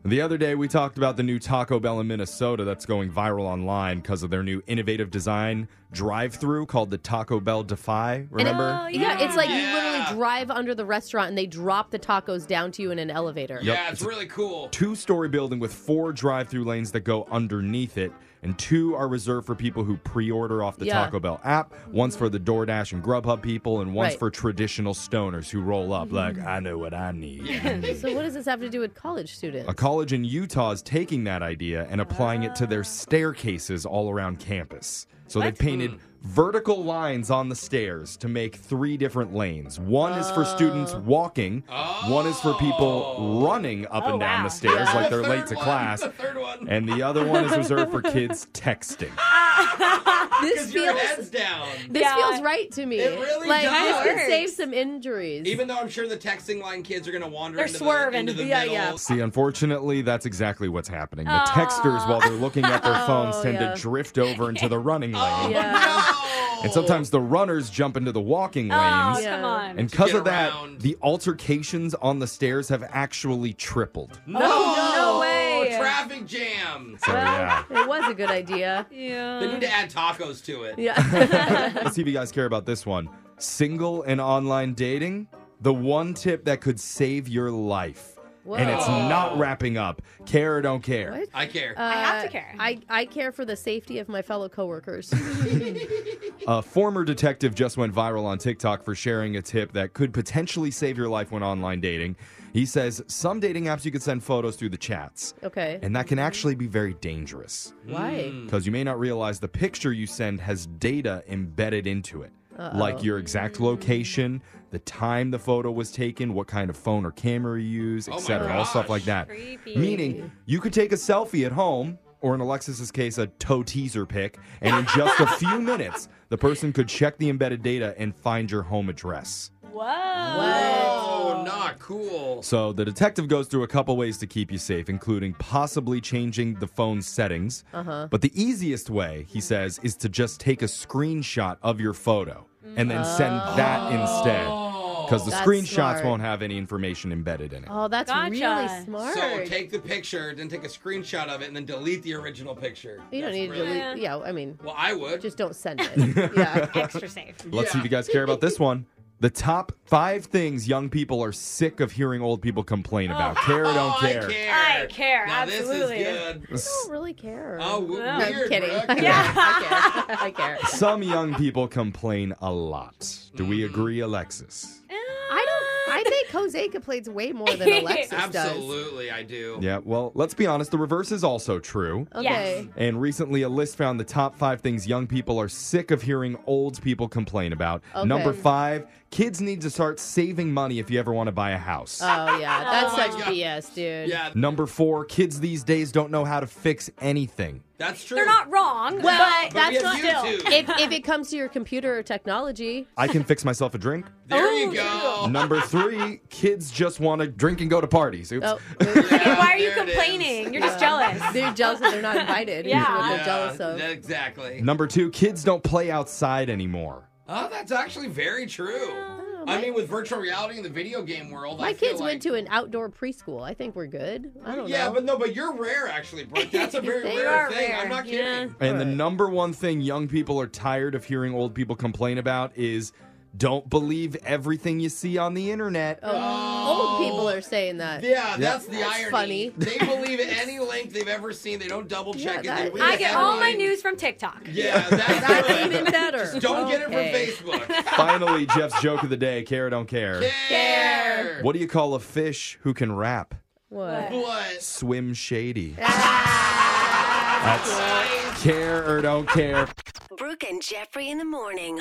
S1: The other day, we talked about the new Taco Bell in Minnesota that's going viral online because of their new innovative design drive-through called the Taco Bell Defy. Remember?
S2: Oh, yeah. it's like you literally drive under the restaurant and they drop the tacos down to you in an elevator.
S1: Yep. Yeah, it's
S4: really cool.
S1: Two-story building with four drive-through lanes that go underneath it, and two are reserved for people who pre-order off the
S2: Yeah.
S1: Taco Bell app. One's for the DoorDash and Grubhub people, and one's
S2: Right. Mm-hmm.
S1: for traditional stoners who roll up like, "I know what I need."
S2: so what does this have to do with college students?
S1: A college in Utah is taking that idea and applying it to their staircases all around campus. So they painted vertical lines on the stairs to make three different lanes. One is for students walking, one is for people running up and down the stairs
S4: Yeah.
S1: like they're
S4: The
S1: late
S4: third
S1: to
S4: one,
S1: class.
S4: the third one.
S1: And the other one is reserved for kids texting.
S2: this
S4: your
S2: feels
S4: head's down.
S2: This feels right to me.
S4: It really
S2: like
S4: does.
S2: this could save some injuries.
S4: Even though I'm sure the texting line kids are gonna wander
S2: They're
S4: into
S2: swerving.
S4: the into the
S2: Yeah,
S4: middle.
S2: yeah.
S1: See, unfortunately, that's exactly what's happening. The texters, while they're looking at their phones, tend
S2: yeah.
S1: to drift over into the running lane.
S2: yeah.
S1: And sometimes the runners jump into the walking
S2: Oh,
S1: lanes.
S2: come on.
S1: And
S2: To
S1: because
S2: get
S1: of that, the altercations on the stairs have actually tripled.
S2: No, no way.
S4: Oh, traffic jam.
S1: So, yeah.
S2: It was a good idea.
S3: Yeah.
S4: They need to add tacos to it.
S2: Yeah.
S1: Let's see if you guys care about this one. Single and online dating, the one tip that could save your life. And it's
S2: Whoa.
S1: not wrapping up. Care or don't care.
S2: What?
S4: I care.
S2: I
S3: have to care.
S2: Uh, I, I care for the safety of my fellow coworkers.
S1: A former detective just went viral on TikTok for sharing a tip that could potentially save your life when online dating. He says some dating apps you can send photos through the chats,
S2: okay.
S1: and mm. that can actually be very dangerous
S2: Why?
S1: because you may not realize the picture you send has data embedded into it.
S2: Uh-oh.
S1: Like your exact location, the time the photo was taken, what kind of phone or camera you use,
S4: Oh my
S1: etc. All stuff like that.
S3: Creepy.
S1: Meaning, you could take a selfie at home, or in Alexis's case, a toe teaser pic, and in just a few minutes, the person could check the embedded data and find your home address.
S3: Whoa.
S4: Oh, not cool.
S1: So the detective goes through a couple ways to keep you safe, including possibly changing the phone's settings.
S2: Uh-huh.
S1: But the easiest way, he says, is to just take a screenshot of your photo and then send that instead. Because the
S2: That's
S1: screenshots
S2: smart.
S1: won't have any information embedded in it.
S2: Oh, that's
S3: Gotcha.
S2: really smart.
S4: So take the picture, then take a screenshot of it, and then delete the original picture.
S2: you don't
S4: That's
S2: need
S4: brilliant.
S2: to delete. Yeah, I mean,
S4: Well, I would.
S2: just don't send it. yeah.
S3: Extra safe. Uh,
S1: Let's see if you guys care about this one. The top five things young people are sick of hearing old people complain about. Care or don't
S4: oh,
S1: care.
S4: I care.
S3: I care,
S4: Now
S3: absolutely.
S4: this is good.
S2: I don't really care.
S4: Oh, w-
S3: No, I'm
S4: weird.
S2: I'm kidding.
S4: Brooke.
S2: I care.
S3: Yeah.
S2: I care. I care.
S1: Some young people complain a lot. Do we agree, Alexis?
S2: I don't. I think Jose complains way more than Alexis does.
S4: Absolutely, I do.
S1: Yeah, well, let's be honest, the reverse is also true.
S2: Okay.
S1: And recently, a list found the top five things young people are sick of hearing old people complain about.
S2: Okay.
S1: Number five, kids need to start saving money if you ever want to buy a house.
S2: Oh yeah, that's
S4: Oh my
S2: such
S4: God.
S2: BS, dude.
S4: Yeah,
S1: Number four, kids these days don't know how to fix anything.
S4: that's true.
S3: They're not wrong.
S2: Well,
S3: but
S4: But we
S2: that's
S4: have
S2: not.
S4: YouTube.
S2: If if it comes to your computer or technology,
S1: I can fix myself a drink.
S4: There you
S3: Oh,
S4: go.
S1: Number three, kids just want to drink and go to parties. Oops.
S2: oh,
S4: Yeah,
S3: why are you
S4: there it is.
S3: complaining? You're just jealous.
S2: they're jealous that they're not invited. is
S3: Yeah.
S2: what they're
S4: Yeah,
S2: jealous of.
S4: that- exactly.
S1: Number two, kids don't play outside anymore.
S4: Oh, that's actually very true. I mean, with virtual reality in the video game world,
S2: Oh, My
S4: I feel
S2: kids
S4: like,
S2: went to an outdoor preschool. I think we're good. I don't
S4: yeah,
S2: know.
S4: but no, but you're rare actually, Brooke. That's a very
S2: They
S4: rare
S3: are
S4: thing.
S3: rare,
S4: I'm not
S3: yeah.
S4: kidding.
S1: And the
S2: Right.
S1: number one thing young people are tired of hearing old people complain about is don't believe everything you see on the internet.
S2: oh, old people are saying that.
S4: Yeah, that's the
S2: That's
S4: irony.
S2: funny.
S4: They believe any link they've ever seen. They don't double check
S2: Yeah, that-
S4: it. They read
S3: I
S4: the
S3: get all my
S4: headline.
S3: news from TikTok.
S4: Yeah, that's,
S2: That's
S4: right.
S2: even better.
S4: Just don't
S2: Okay.
S4: get it from Facebook.
S1: Finally, Jeff's joke of the day care or don't care.
S4: Care.
S1: What do you call a fish who can rap?
S2: What?
S4: What?
S1: Swim shady. That's care or don't care.
S6: Brooke and Jeffrey in the morning.